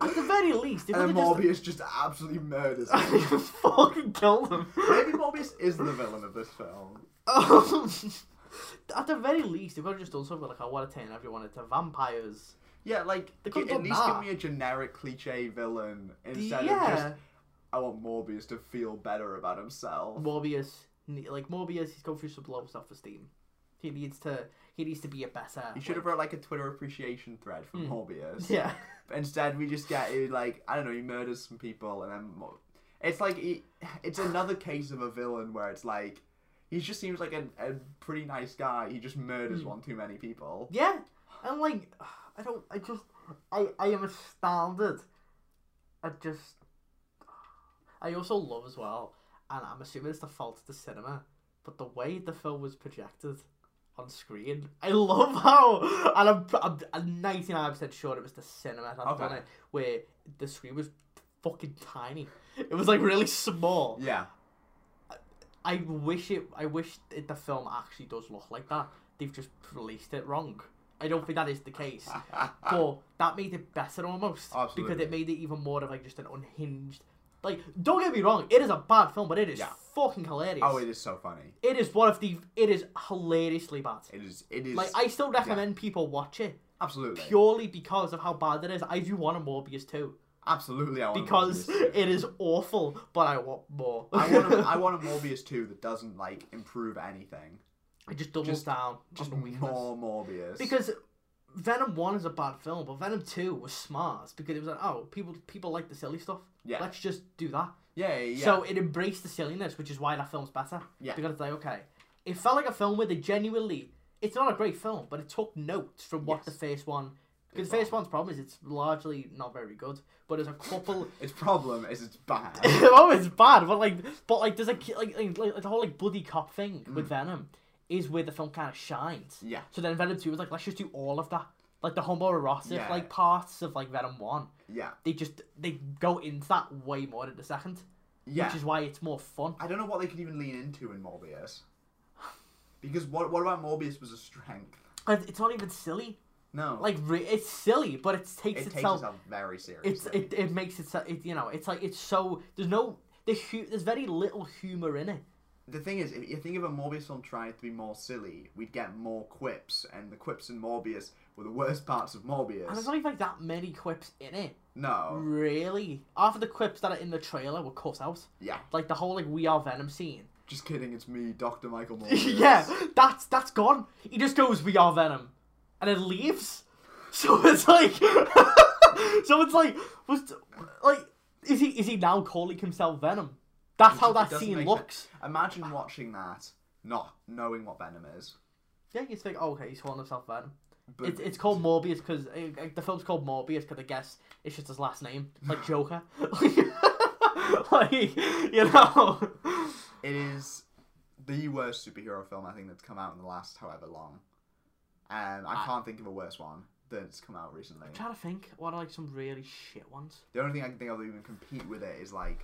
[SPEAKER 2] At the very least, if
[SPEAKER 1] And then
[SPEAKER 2] (laughs) Morbius
[SPEAKER 1] Morbius just absolutely murders
[SPEAKER 2] (laughs)
[SPEAKER 1] him.
[SPEAKER 2] just fucking killed him.
[SPEAKER 1] Maybe Morbius is the villain of this film.
[SPEAKER 2] Um, (laughs) At the very least, they could have just done something like I want to turn everyone into vampires.
[SPEAKER 1] Yeah, like
[SPEAKER 2] They
[SPEAKER 1] g-
[SPEAKER 2] could've
[SPEAKER 1] at
[SPEAKER 2] done
[SPEAKER 1] least give
[SPEAKER 2] that.
[SPEAKER 1] me a generic cliche villain instead
[SPEAKER 2] yeah,
[SPEAKER 1] of just I want Morbius to feel better about himself.
[SPEAKER 2] Morbius, ne- like Morbius, he's going through some low self esteem. He needs to, he needs to be a better.
[SPEAKER 1] You should have wrote like a Twitter appreciation thread for
[SPEAKER 2] Hmm.
[SPEAKER 1] Morbius.
[SPEAKER 2] (laughs) Yeah,
[SPEAKER 1] Instead, we just get he, like I don't know, he murders some people, and then mo- it's like he, it's another case of a villain where it's like he just seems like a, a pretty nice guy. He just murders
[SPEAKER 2] Hmm.
[SPEAKER 1] one too many people.
[SPEAKER 2] yeah, and like, I don't, I just, I, I am astounded. I just, I also love as well, and I'm assuming it's the fault of the cinema, but the way the film was projected on screen, I love how, and I'm, I'm, I'm 99% sure it was the cinema that
[SPEAKER 1] Okay.
[SPEAKER 2] done it, where the screen was fucking tiny. It was like really small.
[SPEAKER 1] Yeah,
[SPEAKER 2] I wish it. I wish it, the film actually does look like that. They've just released it wrong. I don't think that is the case, but that made it better almost because
[SPEAKER 1] Ah, Absolutely.
[SPEAKER 2] it made it even more of like just an unhinged. Like, don't get me wrong, it is a bad film, but it is
[SPEAKER 1] Yeah.
[SPEAKER 2] fucking hilarious.
[SPEAKER 1] Oh, it is so funny.
[SPEAKER 2] it is one of the. It is hilariously bad.
[SPEAKER 1] It is. It is.
[SPEAKER 2] Like, I still recommend people watch it
[SPEAKER 1] absolutely,
[SPEAKER 2] purely because of how bad it is. I do want a Morbius too
[SPEAKER 1] absolutely. I want a
[SPEAKER 2] because
[SPEAKER 1] Morbius.
[SPEAKER 2] (laughs) it is awful, but I want more.
[SPEAKER 1] I want. A, I want a Morbius two that doesn't like improve anything.
[SPEAKER 2] (laughs) I just doubles
[SPEAKER 1] just-
[SPEAKER 2] down.
[SPEAKER 1] Just
[SPEAKER 2] on weakness.
[SPEAKER 1] more Morbius.
[SPEAKER 2] Because Venom One is a bad film, but Venom Two was smart because it was like, oh, people people like the silly stuff.
[SPEAKER 1] Yeah.
[SPEAKER 2] Let's just do that.
[SPEAKER 1] yeah, yeah, yeah.
[SPEAKER 2] So it embraced the silliness, which is why that film's better.
[SPEAKER 1] Yeah.
[SPEAKER 2] Because it's like, okay, it felt like a film where they genuinely. It's not a great film, but it took notes from what
[SPEAKER 1] Yes.
[SPEAKER 2] the first one. Because
[SPEAKER 1] Good
[SPEAKER 2] the first one's problem is it's largely not very good, but there's a couple.
[SPEAKER 1] its problem is it's bad.
[SPEAKER 2] (coughs) (laughs) oh, it's bad, but like, but like, there's a ki- like, like, like the whole like buddy cop thing with Venom is where the film kind of shines.
[SPEAKER 1] Mm. yeah,
[SPEAKER 2] So then Venom 2 was like, let's just do all of that. Like the homoerotic
[SPEAKER 1] Yeah.
[SPEAKER 2] like parts of like Venom 1.
[SPEAKER 1] yeah,
[SPEAKER 2] They just they go into that way more in the second.
[SPEAKER 1] yeah.
[SPEAKER 2] Which is why it's more fun.
[SPEAKER 1] I don't know what they could even lean into in Morbius. Because what what about Morbius was a strength?
[SPEAKER 2] And It's not even silly.
[SPEAKER 1] No,
[SPEAKER 2] Like re- it's silly, but it takes
[SPEAKER 1] it takes
[SPEAKER 2] itself
[SPEAKER 1] itself very seriously.
[SPEAKER 2] it's it, it makes it, so- it you know, it's like it's so there's no there's hu- there's very little humor in it.
[SPEAKER 1] the thing is, if you think of a Morbius film trying to be more silly, we'd get more quips, and the quips in Morbius were the worst parts of
[SPEAKER 2] And there's
[SPEAKER 1] Morbius.
[SPEAKER 2] not even like that many quips in it.
[SPEAKER 1] No,
[SPEAKER 2] Really? Half of the quips that are in the trailer were cut out.
[SPEAKER 1] yeah,
[SPEAKER 2] Like the whole like we are Venom scene. (laughs)
[SPEAKER 1] just kidding. It's me, Doctor Michael Morbius.
[SPEAKER 2] yeah, that's that's gone. He just goes, "We are Venom," and then leaves. (laughs) So it's like, (laughs) so it's like, was like, is he is he now calling himself Venom? That's how
[SPEAKER 1] It
[SPEAKER 2] that
[SPEAKER 1] doesn't
[SPEAKER 2] scene
[SPEAKER 1] make
[SPEAKER 2] looks.
[SPEAKER 1] sense. Imagine watching that, not knowing what Venom is.
[SPEAKER 2] Yeah, you just think, oh, okay, he's calling himself Venom.
[SPEAKER 1] But
[SPEAKER 2] It's, it's called Morbius because the film's called Morbius because I guess it's just his last name,
[SPEAKER 1] (laughs)
[SPEAKER 2] like Joker. (laughs) like, (laughs) you know.
[SPEAKER 1] it is the worst superhero film I think that's come out in the last however long. And I, can't think of a worse one that's come out recently.
[SPEAKER 2] I'm trying to think, what are like some really shit ones?
[SPEAKER 1] The only thing I can think of that even compete with it is like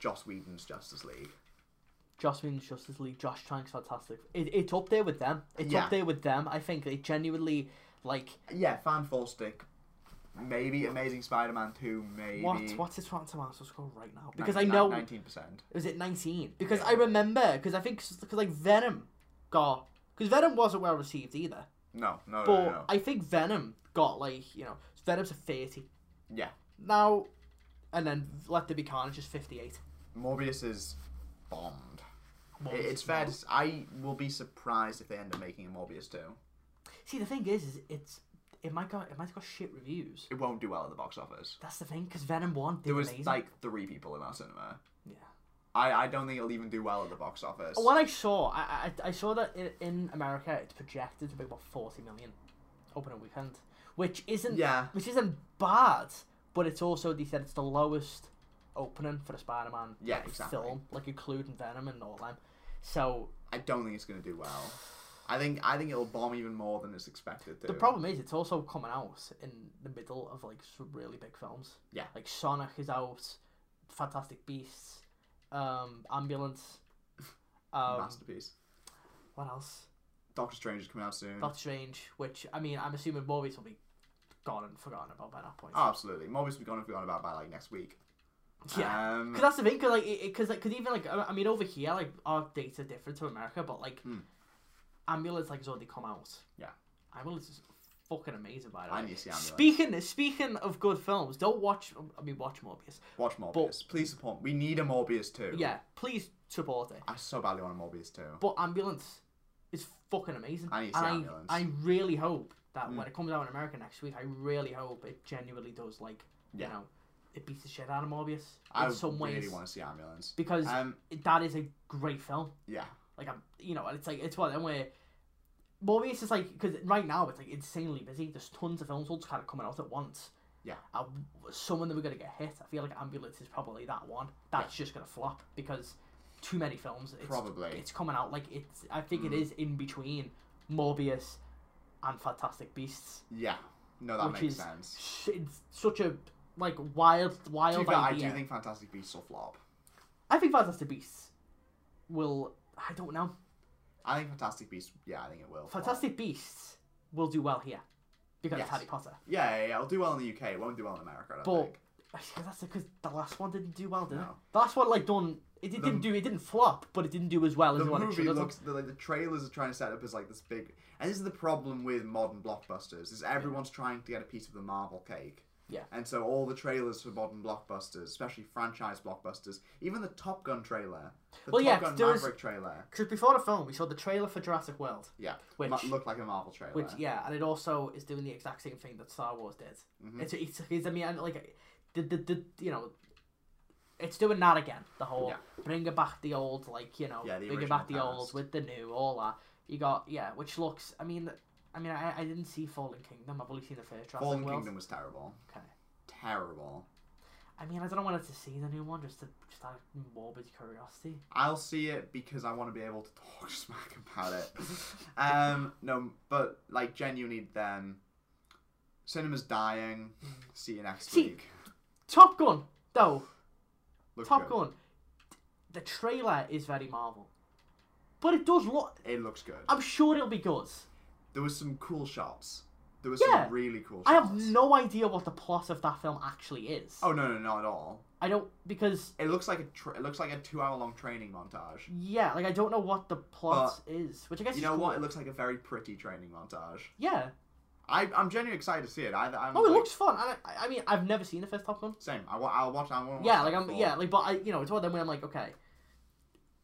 [SPEAKER 1] Joss Whedon's Justice League.
[SPEAKER 2] Joss Whedon's Justice League, Josh Trank's fantastic. It, it's up there with them. It's
[SPEAKER 1] Yeah.
[SPEAKER 2] up there with them. I think they genuinely like
[SPEAKER 1] Yeah, Fan Stick. Maybe Amazing Spider-Man 2, maybe.
[SPEAKER 2] what what's his Rotten Tomatoes score right now? Because I know is
[SPEAKER 1] 19%.
[SPEAKER 2] it nineteen? Because
[SPEAKER 1] Yeah.
[SPEAKER 2] I remember because I think because like Venom got because Venom wasn't well received either.
[SPEAKER 1] No, no, no,
[SPEAKER 2] But
[SPEAKER 1] no, no.
[SPEAKER 2] I think Venom got like you know Venom's a thirty
[SPEAKER 1] Yeah.
[SPEAKER 2] now, and then Let There Be Carnage is fifty eight.
[SPEAKER 1] Morbius is bombed. It- it's fair to s- I will be surprised if they end up making a Morbius 2.
[SPEAKER 2] See the thing is, is it's it might got it might have got shit reviews.
[SPEAKER 1] It won't do well at the box office.
[SPEAKER 2] That's the thing because Venom one did
[SPEAKER 1] There was
[SPEAKER 2] amazing.
[SPEAKER 1] like three people in our cinema.
[SPEAKER 2] yeah.
[SPEAKER 1] I, I don't think it'll even do well at the box office.
[SPEAKER 2] What I saw, I, I, I saw that i- in America it's projected to be about forty million opening weekend, which isn't
[SPEAKER 1] Yeah.
[SPEAKER 2] which isn't bad, but it's also they said it's the lowest opening for a Spider-Man
[SPEAKER 1] Yeah,
[SPEAKER 2] like,
[SPEAKER 1] exactly.
[SPEAKER 2] film, like including Venom and all them. So
[SPEAKER 1] I don't think it's gonna do well. I think I think it'll bomb even more than it's expected to.
[SPEAKER 2] The problem is, it's also coming out in the middle of like some really big films.
[SPEAKER 1] Yeah.
[SPEAKER 2] Like Sonic is out, Fantastic Beasts, um,
[SPEAKER 1] (laughs)
[SPEAKER 2] Ambulance. Um,
[SPEAKER 1] masterpiece.
[SPEAKER 2] what else?
[SPEAKER 1] Doctor Strange is coming out soon.
[SPEAKER 2] Doctor Strange, which I mean, I'm assuming Morbius will be gone and forgotten about by that point.
[SPEAKER 1] Oh, absolutely. Morbius will be gone if we gone about by like next week.
[SPEAKER 2] yeah.
[SPEAKER 1] Um,
[SPEAKER 2] Because that's the thing, because like, because like, cause even like, I I mean, over here, like, our dates are different to America, but like,
[SPEAKER 1] Hmm.
[SPEAKER 2] ambulance like has already come out.
[SPEAKER 1] Yeah.
[SPEAKER 2] ambulance is fucking amazing, by the
[SPEAKER 1] I
[SPEAKER 2] way.
[SPEAKER 1] need to see Ambulance.
[SPEAKER 2] Speaking speaking of good films, don't watch. I mean, watch Morbius.
[SPEAKER 1] Watch Morbius. Please support. We need a Morbius too.
[SPEAKER 2] Yeah, please support it.
[SPEAKER 1] I so badly want a Morbius too.
[SPEAKER 2] But ambulance is fucking amazing.
[SPEAKER 1] I need to see
[SPEAKER 2] and
[SPEAKER 1] Ambulance. Mm.
[SPEAKER 2] I, I really hope that when it comes out in America next week, I really hope it genuinely does like
[SPEAKER 1] Yeah.
[SPEAKER 2] you know it beats the shit out of Morbius in
[SPEAKER 1] I
[SPEAKER 2] some ways
[SPEAKER 1] really want to see Ambulance.
[SPEAKER 2] because
[SPEAKER 1] Um,
[SPEAKER 2] that is a great film.
[SPEAKER 1] yeah.
[SPEAKER 2] Like I'm, you know, and it's like it's one of them where Morbius is like because right now it's like insanely busy. There's tons of films all just kind of coming out at once.
[SPEAKER 1] Yeah.
[SPEAKER 2] Uh, some of them are gonna get hit. I feel like Ambulance is probably that one that's just gonna flop because too many films. It's,
[SPEAKER 1] Probably. Mm.
[SPEAKER 2] it's coming out like it's. I think it is in between Morbius and Fantastic Beasts,
[SPEAKER 1] Yeah. No, that
[SPEAKER 2] which
[SPEAKER 1] makes
[SPEAKER 2] is
[SPEAKER 1] sense.
[SPEAKER 2] sh- it's such a like wild,
[SPEAKER 1] To be
[SPEAKER 2] wild
[SPEAKER 1] fair, I
[SPEAKER 2] idea.
[SPEAKER 1] do think Fantastic Beasts will flop.
[SPEAKER 2] I think Fantastic Beasts will. I don't know.
[SPEAKER 1] I think Fantastic Beasts. Yeah, I think it will. flop.
[SPEAKER 2] Fantastic Beasts will do well here because
[SPEAKER 1] Yes.
[SPEAKER 2] it's Harry Potter.
[SPEAKER 1] Yeah, yeah, yeah. It'll do well in the UK. It won't do well in America. I don't
[SPEAKER 2] But
[SPEAKER 1] think.
[SPEAKER 2] actually, (laughs) that's because the last one didn't do well, did it?
[SPEAKER 1] No.
[SPEAKER 2] The last one like done. It, it didn't do. It didn't flop, but it didn't do as well as
[SPEAKER 1] the
[SPEAKER 2] the one it
[SPEAKER 1] movie
[SPEAKER 2] should have. done.
[SPEAKER 1] looks the, like, the trailers are trying to set up as like this big and this is the problem with modern blockbusters is everyone's trying to get a piece of the marvel cake
[SPEAKER 2] Yeah.
[SPEAKER 1] and so all the trailers for modern blockbusters especially franchise blockbusters even the top gun trailer the
[SPEAKER 2] Well,
[SPEAKER 1] top
[SPEAKER 2] yeah,
[SPEAKER 1] gun
[SPEAKER 2] there was-
[SPEAKER 1] maverick trailer
[SPEAKER 2] Because before the film, we saw the trailer for Jurassic World,
[SPEAKER 1] yeah
[SPEAKER 2] Which-
[SPEAKER 1] ma- looked like a marvel trailer
[SPEAKER 2] which yeah, and it also is doing the exact same thing that Star Wars did.
[SPEAKER 1] Mm-hmm.
[SPEAKER 2] It's, it's, it's I mean and, like the, the the you know. It's doing that again. The whole
[SPEAKER 1] Yeah.
[SPEAKER 2] bringing back the old, like you know,
[SPEAKER 1] Yeah, the
[SPEAKER 2] bringing
[SPEAKER 1] original
[SPEAKER 2] back the old
[SPEAKER 1] cast.
[SPEAKER 2] with the new, all that. You got yeah, which looks. I mean, I mean, I, I didn't see Fallen Kingdom. I've only seen the first Jurassic
[SPEAKER 1] fallen
[SPEAKER 2] World.
[SPEAKER 1] kingdom was terrible
[SPEAKER 2] Okay.
[SPEAKER 1] terrible
[SPEAKER 2] I mean, I don't want to see the new one just to just out of morbid curiosity.
[SPEAKER 1] I'll see it because I want to be able to (laughs) talk smack about it. um, no, but like genuinely, then cinema's dying. See you next
[SPEAKER 2] See,
[SPEAKER 1] week.
[SPEAKER 2] Top Gun, though.
[SPEAKER 1] Looked
[SPEAKER 2] Top
[SPEAKER 1] good.
[SPEAKER 2] Gun. The trailer is very Marvel, but it does look.
[SPEAKER 1] It looks good.
[SPEAKER 2] I'm sure it'll be good.
[SPEAKER 1] There was some cool shots. There was
[SPEAKER 2] Yeah.
[SPEAKER 1] some really cool. Shots.
[SPEAKER 2] I have no idea what the plot of that film actually is.
[SPEAKER 1] Oh no, no, not at all.
[SPEAKER 2] I don't because
[SPEAKER 1] It looks like a tra- it looks like a two hour long training montage.
[SPEAKER 2] yeah, like I don't know what the plot is, which I guess
[SPEAKER 1] You
[SPEAKER 2] is
[SPEAKER 1] know
[SPEAKER 2] cool.
[SPEAKER 1] what? It looks like a very pretty training montage.
[SPEAKER 2] Yeah.
[SPEAKER 1] I I'm genuinely excited to see it. I I'm
[SPEAKER 2] Oh, it
[SPEAKER 1] like-
[SPEAKER 2] looks fun. I, I I mean, I've never seen the first Top Gun.
[SPEAKER 1] same. I wa- I'll watch. I want to.
[SPEAKER 2] yeah, like I'm yeah, like but I you know it's one of them where I'm like okay,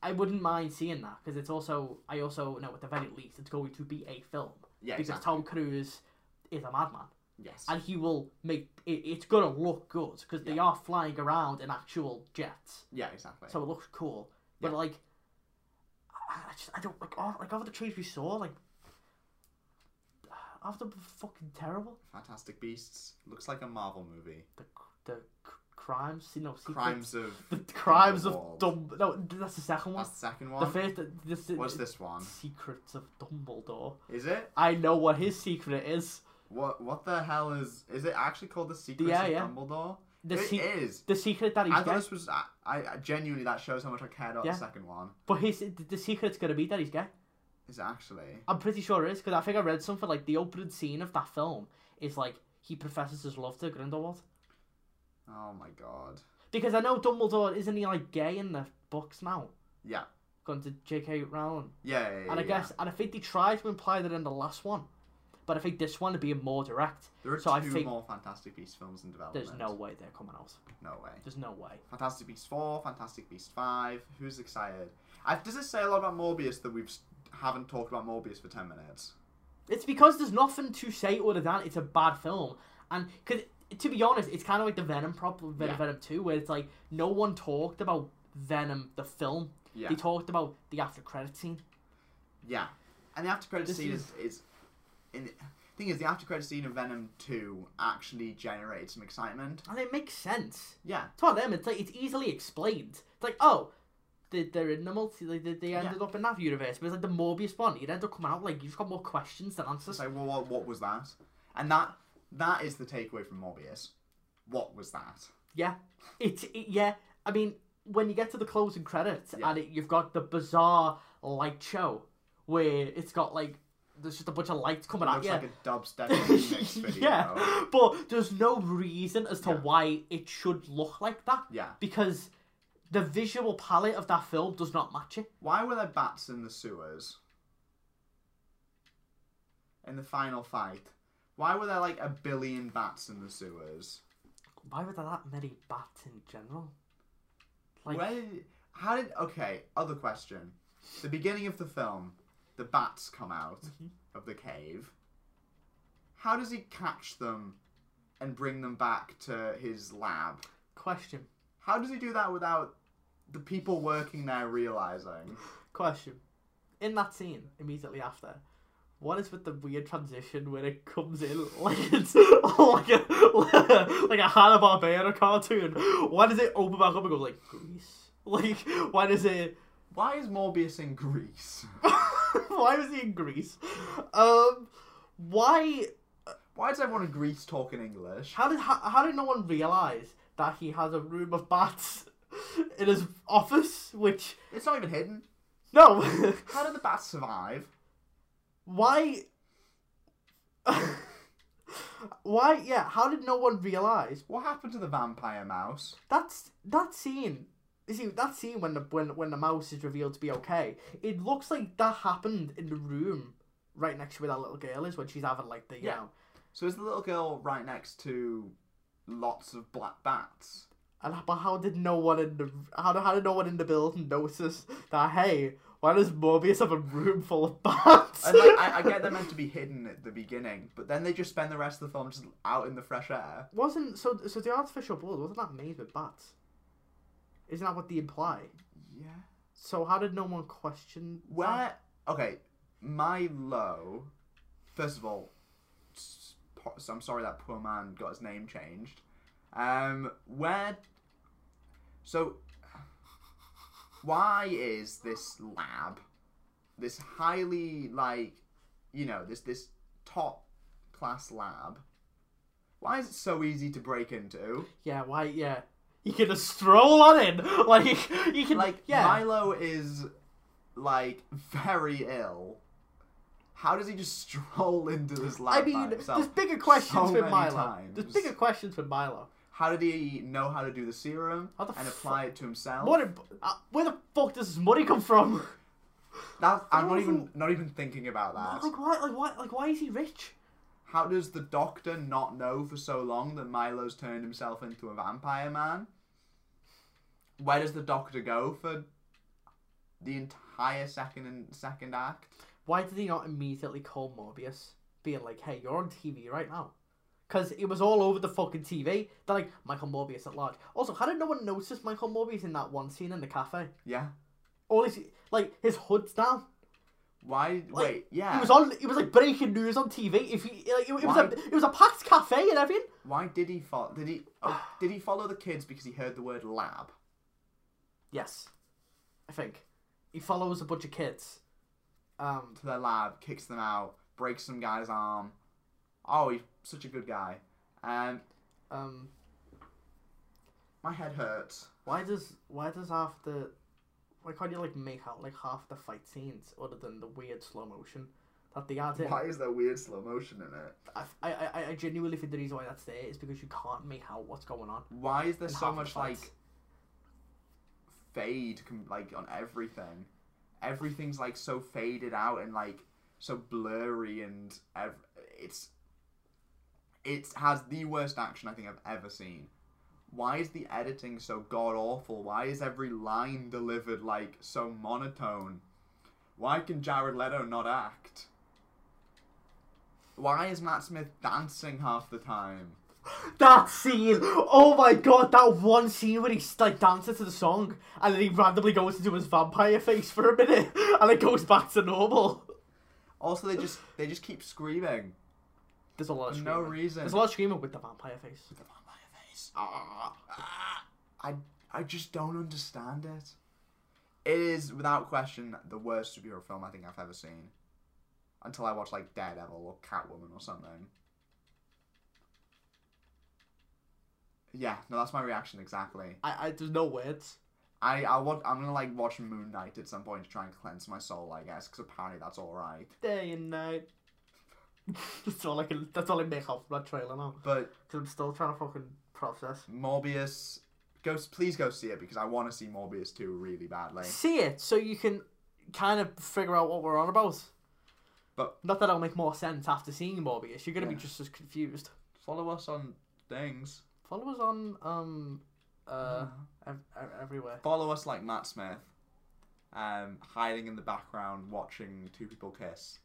[SPEAKER 2] I wouldn't mind seeing that because it's also I also know at the very least it's going to be a film
[SPEAKER 1] yeah,
[SPEAKER 2] because
[SPEAKER 1] exactly.
[SPEAKER 2] Tom Cruise is a madman
[SPEAKER 1] Yes.
[SPEAKER 2] and he will make it, it's gonna look good because they
[SPEAKER 1] Yeah.
[SPEAKER 2] are flying around in actual jets,
[SPEAKER 1] Yeah, exactly.
[SPEAKER 2] so it looks cool. But
[SPEAKER 1] Yeah.
[SPEAKER 2] like, I, I just I don't like all, like all the trailers we saw like. After fucking terrible,
[SPEAKER 1] Fantastic Beasts looks like a Marvel movie.
[SPEAKER 2] the the c- crimes, you know, secret-
[SPEAKER 1] Crimes of
[SPEAKER 2] (laughs) the crimes of
[SPEAKER 1] Grindelwald.
[SPEAKER 2] Dum. No, that's the second one.
[SPEAKER 1] That's the second
[SPEAKER 2] The
[SPEAKER 1] one.
[SPEAKER 2] first, this,
[SPEAKER 1] What's this one?
[SPEAKER 2] Secrets of Dumbledore.
[SPEAKER 1] Is it?
[SPEAKER 2] I know what his secret is.
[SPEAKER 1] What What the hell is? Is it actually called the Secrets
[SPEAKER 2] Yeah,
[SPEAKER 1] of
[SPEAKER 2] yeah.
[SPEAKER 1] Dumbledore?
[SPEAKER 2] The
[SPEAKER 1] It is.
[SPEAKER 2] se- The secret that he's
[SPEAKER 1] I
[SPEAKER 2] gay.
[SPEAKER 1] thought this was. I, I genuinely that shows how much I care about
[SPEAKER 2] Yeah.
[SPEAKER 1] the second one.
[SPEAKER 2] But his the secret's gonna be that he's gay.
[SPEAKER 1] Is it actually?
[SPEAKER 2] I'm pretty sure it is because I think I read something like the opening scene of that film is like he professes his love to Grindelwald
[SPEAKER 1] Oh my god.
[SPEAKER 2] because I know Dumbledore isn't he like gay in the books now.
[SPEAKER 1] Yeah.
[SPEAKER 2] Going to J.K. Rowling,
[SPEAKER 1] Yeah. yeah, yeah
[SPEAKER 2] and I
[SPEAKER 1] yeah.
[SPEAKER 2] guess and I think they tried to imply that in the last one, but I think this one would be more direct.
[SPEAKER 1] there are
[SPEAKER 2] so I
[SPEAKER 1] two
[SPEAKER 2] think-
[SPEAKER 1] more Fantastic Beasts films in development.
[SPEAKER 2] There's no way they're coming out.
[SPEAKER 1] No way.
[SPEAKER 2] There's no way.
[SPEAKER 1] Fantastic Beasts four, Fantastic Beasts five. Who's excited? I, does this say a lot about Morbius that we've s- haven't talked about Morbius for ten minutes?
[SPEAKER 2] It's because there's nothing to say other than it's a bad film, and because to be honest, it's kind of like the Venom problem, Venom,
[SPEAKER 1] Yeah.
[SPEAKER 2] Venom Two, where it's like no one talked about Venom the film.
[SPEAKER 1] Yeah.
[SPEAKER 2] They talked about the after credit scene.
[SPEAKER 1] Yeah, and the after credit
[SPEAKER 2] This
[SPEAKER 1] scene
[SPEAKER 2] is-
[SPEAKER 1] is, is in. Thing is, the after credit scene of Venom Two actually generated some excitement.
[SPEAKER 2] And it makes sense.
[SPEAKER 1] Yeah,
[SPEAKER 2] It's one of them. It's like it's easily explained. It's like oh, th- they, they're in the multi. Like, they, they ended up in that universe, but it's like the Morbius one. You'd end up coming out like you've got more questions than answers.
[SPEAKER 1] It's like, well, what, what was that? And that that is the takeaway from Morbius. What was that?
[SPEAKER 2] Yeah, it's it, yeah. I mean, when you get to the closing credits
[SPEAKER 1] Yeah.
[SPEAKER 2] and it, you've got the bizarre light show where it's got like there's just a bunch of lights coming out.
[SPEAKER 1] Looks
[SPEAKER 2] Yeah,
[SPEAKER 1] like a dubstep
[SPEAKER 2] (laughs)
[SPEAKER 1] remix video.
[SPEAKER 2] yeah. But there's no reason as to
[SPEAKER 1] Yeah.
[SPEAKER 2] why it should look like that
[SPEAKER 1] Yeah.
[SPEAKER 2] because the visual palette of that film does not match it.
[SPEAKER 1] Why were there bats in the sewers? In the final fight. Why were there like a billion bats in the sewers?
[SPEAKER 2] Why were there that many bats in general? Like,
[SPEAKER 1] Where did, how did okay, other question. The beginning of the film, the bats come out of the cave. How does he catch them and bring them back to his lab?
[SPEAKER 2] question,
[SPEAKER 1] How does he do that without the people working there realizing?
[SPEAKER 2] question. In that scene, immediately after, what is with the weird transition when it comes in (laughs) like it's like a like a Hanna Barbera cartoon? Why does it open back up and go like Grease? Like, why does it? (laughs)
[SPEAKER 1] Why is Morbius in Greece? (laughs)
[SPEAKER 2] why was he in Greece? Um, why?
[SPEAKER 1] Why does everyone in Greece talk in English?
[SPEAKER 2] How did how, how did no one realize that he has a room of bats (laughs) in his office? Which
[SPEAKER 1] It's not even hidden.
[SPEAKER 2] no, (laughs)
[SPEAKER 1] How did the bats survive?
[SPEAKER 2] why? (laughs) why? Yeah, how did no one realize
[SPEAKER 1] What happened to the vampire mouse?
[SPEAKER 2] that's that scene? You see that scene when the when when the mouse is revealed to be okay. It looks like that happened in the room right next to where that little girl is when she's having like the you
[SPEAKER 1] Yeah.
[SPEAKER 2] know.
[SPEAKER 1] So is the little girl right next to lots of black bats?
[SPEAKER 2] And but how did no one in the how, did- how did no one in the building notice that? Hey, why does Morbius have a room full of bats?
[SPEAKER 1] And like, I, I get they're meant to be hidden at the beginning, but then they just spend the rest of the film just out in the fresh air.
[SPEAKER 2] (laughs) wasn't so so the artificial blood wasn't that made with bats? Isn't that what they imply?
[SPEAKER 1] Yeah.
[SPEAKER 2] So how did no one question? that?
[SPEAKER 1] Where? Okay, my low. First of all, s- po- so I'm sorry that poor man got his name changed. Um, where? So, why is this lab, this highly like, you know, this this top class lab? Why is it so easy to break into?
[SPEAKER 2] Yeah, why? Yeah, you can just stroll on in (laughs) like you can
[SPEAKER 1] Like
[SPEAKER 2] yeah.
[SPEAKER 1] Milo is like very ill. How does he just (laughs) stroll into this lab
[SPEAKER 2] I
[SPEAKER 1] by
[SPEAKER 2] mean,
[SPEAKER 1] himself?
[SPEAKER 2] there's bigger questions
[SPEAKER 1] so
[SPEAKER 2] with
[SPEAKER 1] many
[SPEAKER 2] Milo.
[SPEAKER 1] times.
[SPEAKER 2] There's bigger questions with Milo.
[SPEAKER 1] How did he know how to do the serum
[SPEAKER 2] How the
[SPEAKER 1] and
[SPEAKER 2] fu-
[SPEAKER 1] apply it to himself?
[SPEAKER 2] What? in- Uh, where the fuck does this money come from? (laughs)
[SPEAKER 1] That- I'm
[SPEAKER 2] How
[SPEAKER 1] not
[SPEAKER 2] is
[SPEAKER 1] even not even thinking about that.
[SPEAKER 2] Like why? Like why? Like why is he rich?
[SPEAKER 1] How does the doctor not know for so long that Milo's turned himself into a vampire man? Where does the doctor go for the entire second and second act?
[SPEAKER 2] why did he not immediately call Morbius, being like, "Hey, you're on TV right now," because it was all over the fucking TV. They're like, "Michael Morbius at large." Also, how did no one notice Michael Morbius in that one scene in the cafe?
[SPEAKER 1] Yeah.
[SPEAKER 2] All his like his hood's down.
[SPEAKER 1] Why? wait. Yeah.
[SPEAKER 2] It was on. It was like breaking news on TV. If he like, it, it was
[SPEAKER 1] Ah. Why?
[SPEAKER 2] a it was a packed cafe and everything.
[SPEAKER 1] Why did he follow? Did he? Oh, did he follow the kids because he heard the word lab?
[SPEAKER 2] Yes, I think he follows a bunch of kids. Um,
[SPEAKER 1] To their lab, kicks them out, breaks some guy's arm. Oh, he's such a good guy. Um,
[SPEAKER 2] um,
[SPEAKER 1] my head hurts.
[SPEAKER 2] why does why does after why can't you like make out like half the fight scenes other than the weird slow motion that they add in?
[SPEAKER 1] Why is there weird slow motion in it?
[SPEAKER 2] I, I, I- I genuinely think the reason why that's there is because you can't make out what's going on.
[SPEAKER 1] Why is there
[SPEAKER 2] in
[SPEAKER 1] so
[SPEAKER 2] half the
[SPEAKER 1] much like
[SPEAKER 2] fights.
[SPEAKER 1] fade, com- like on everything? Everything's like so faded out and like so blurry, and ev- it's it has the worst action I think I've ever seen. Why is the editing so god awful? Why is every line delivered like so monotone? Why can Jared Leto not act? Why is Matt Smith dancing half the time?
[SPEAKER 2] that scene! Oh my god, that one scene where he's like dancing to the song and then he randomly goes into his vampire face for a minute (laughs) and it goes back to normal.
[SPEAKER 1] Also, they just they just keep screaming.
[SPEAKER 2] There's a lot of
[SPEAKER 1] For
[SPEAKER 2] screaming.
[SPEAKER 1] no reason.
[SPEAKER 2] There's a lot of screaming with the vampire face.
[SPEAKER 1] The vampire face. Ah, ah. I I just don't understand it. It is without question the worst superhero film I think I've ever seen. Until I watch like Daredevil or Catwoman or something. Yeah, no, that's my reaction exactly.
[SPEAKER 2] I, I there's no words.
[SPEAKER 1] I I want I'm gonna like watch Moon Knight at some point to try and cleanse my soul, I guess, because apparently that's all right.
[SPEAKER 2] Day and night. (laughs) that's all I can. That's all I make off that trailer now.
[SPEAKER 1] But
[SPEAKER 2] Because I'm still trying to fucking process.
[SPEAKER 1] Morbius, go please go see it because I want to see Morbius two really badly.
[SPEAKER 2] See it so you can kind of figure out what we're on about.
[SPEAKER 1] But-
[SPEAKER 2] not that it'll make more sense after seeing Morbius. You're gonna
[SPEAKER 1] Yeah.
[SPEAKER 2] be just as confused.
[SPEAKER 1] Follow us on things.
[SPEAKER 2] Follow us on um uh
[SPEAKER 1] Mm-hmm.
[SPEAKER 2] ev- ev- everywhere.
[SPEAKER 1] Follow us like Matt Smith, um, hiding in the background watching two people kiss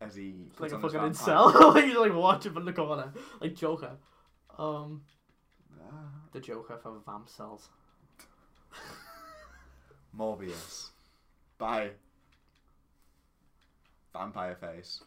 [SPEAKER 1] as he
[SPEAKER 2] Hmm. It's like
[SPEAKER 1] puts
[SPEAKER 2] a
[SPEAKER 1] on his
[SPEAKER 2] fucking
[SPEAKER 1] vampire-
[SPEAKER 2] incel. (laughs) like you like watch it from the corner, like Joker. Um,
[SPEAKER 1] Ah.
[SPEAKER 2] the Joker for vamp cells.
[SPEAKER 1] Morbius, bye. Vampire face.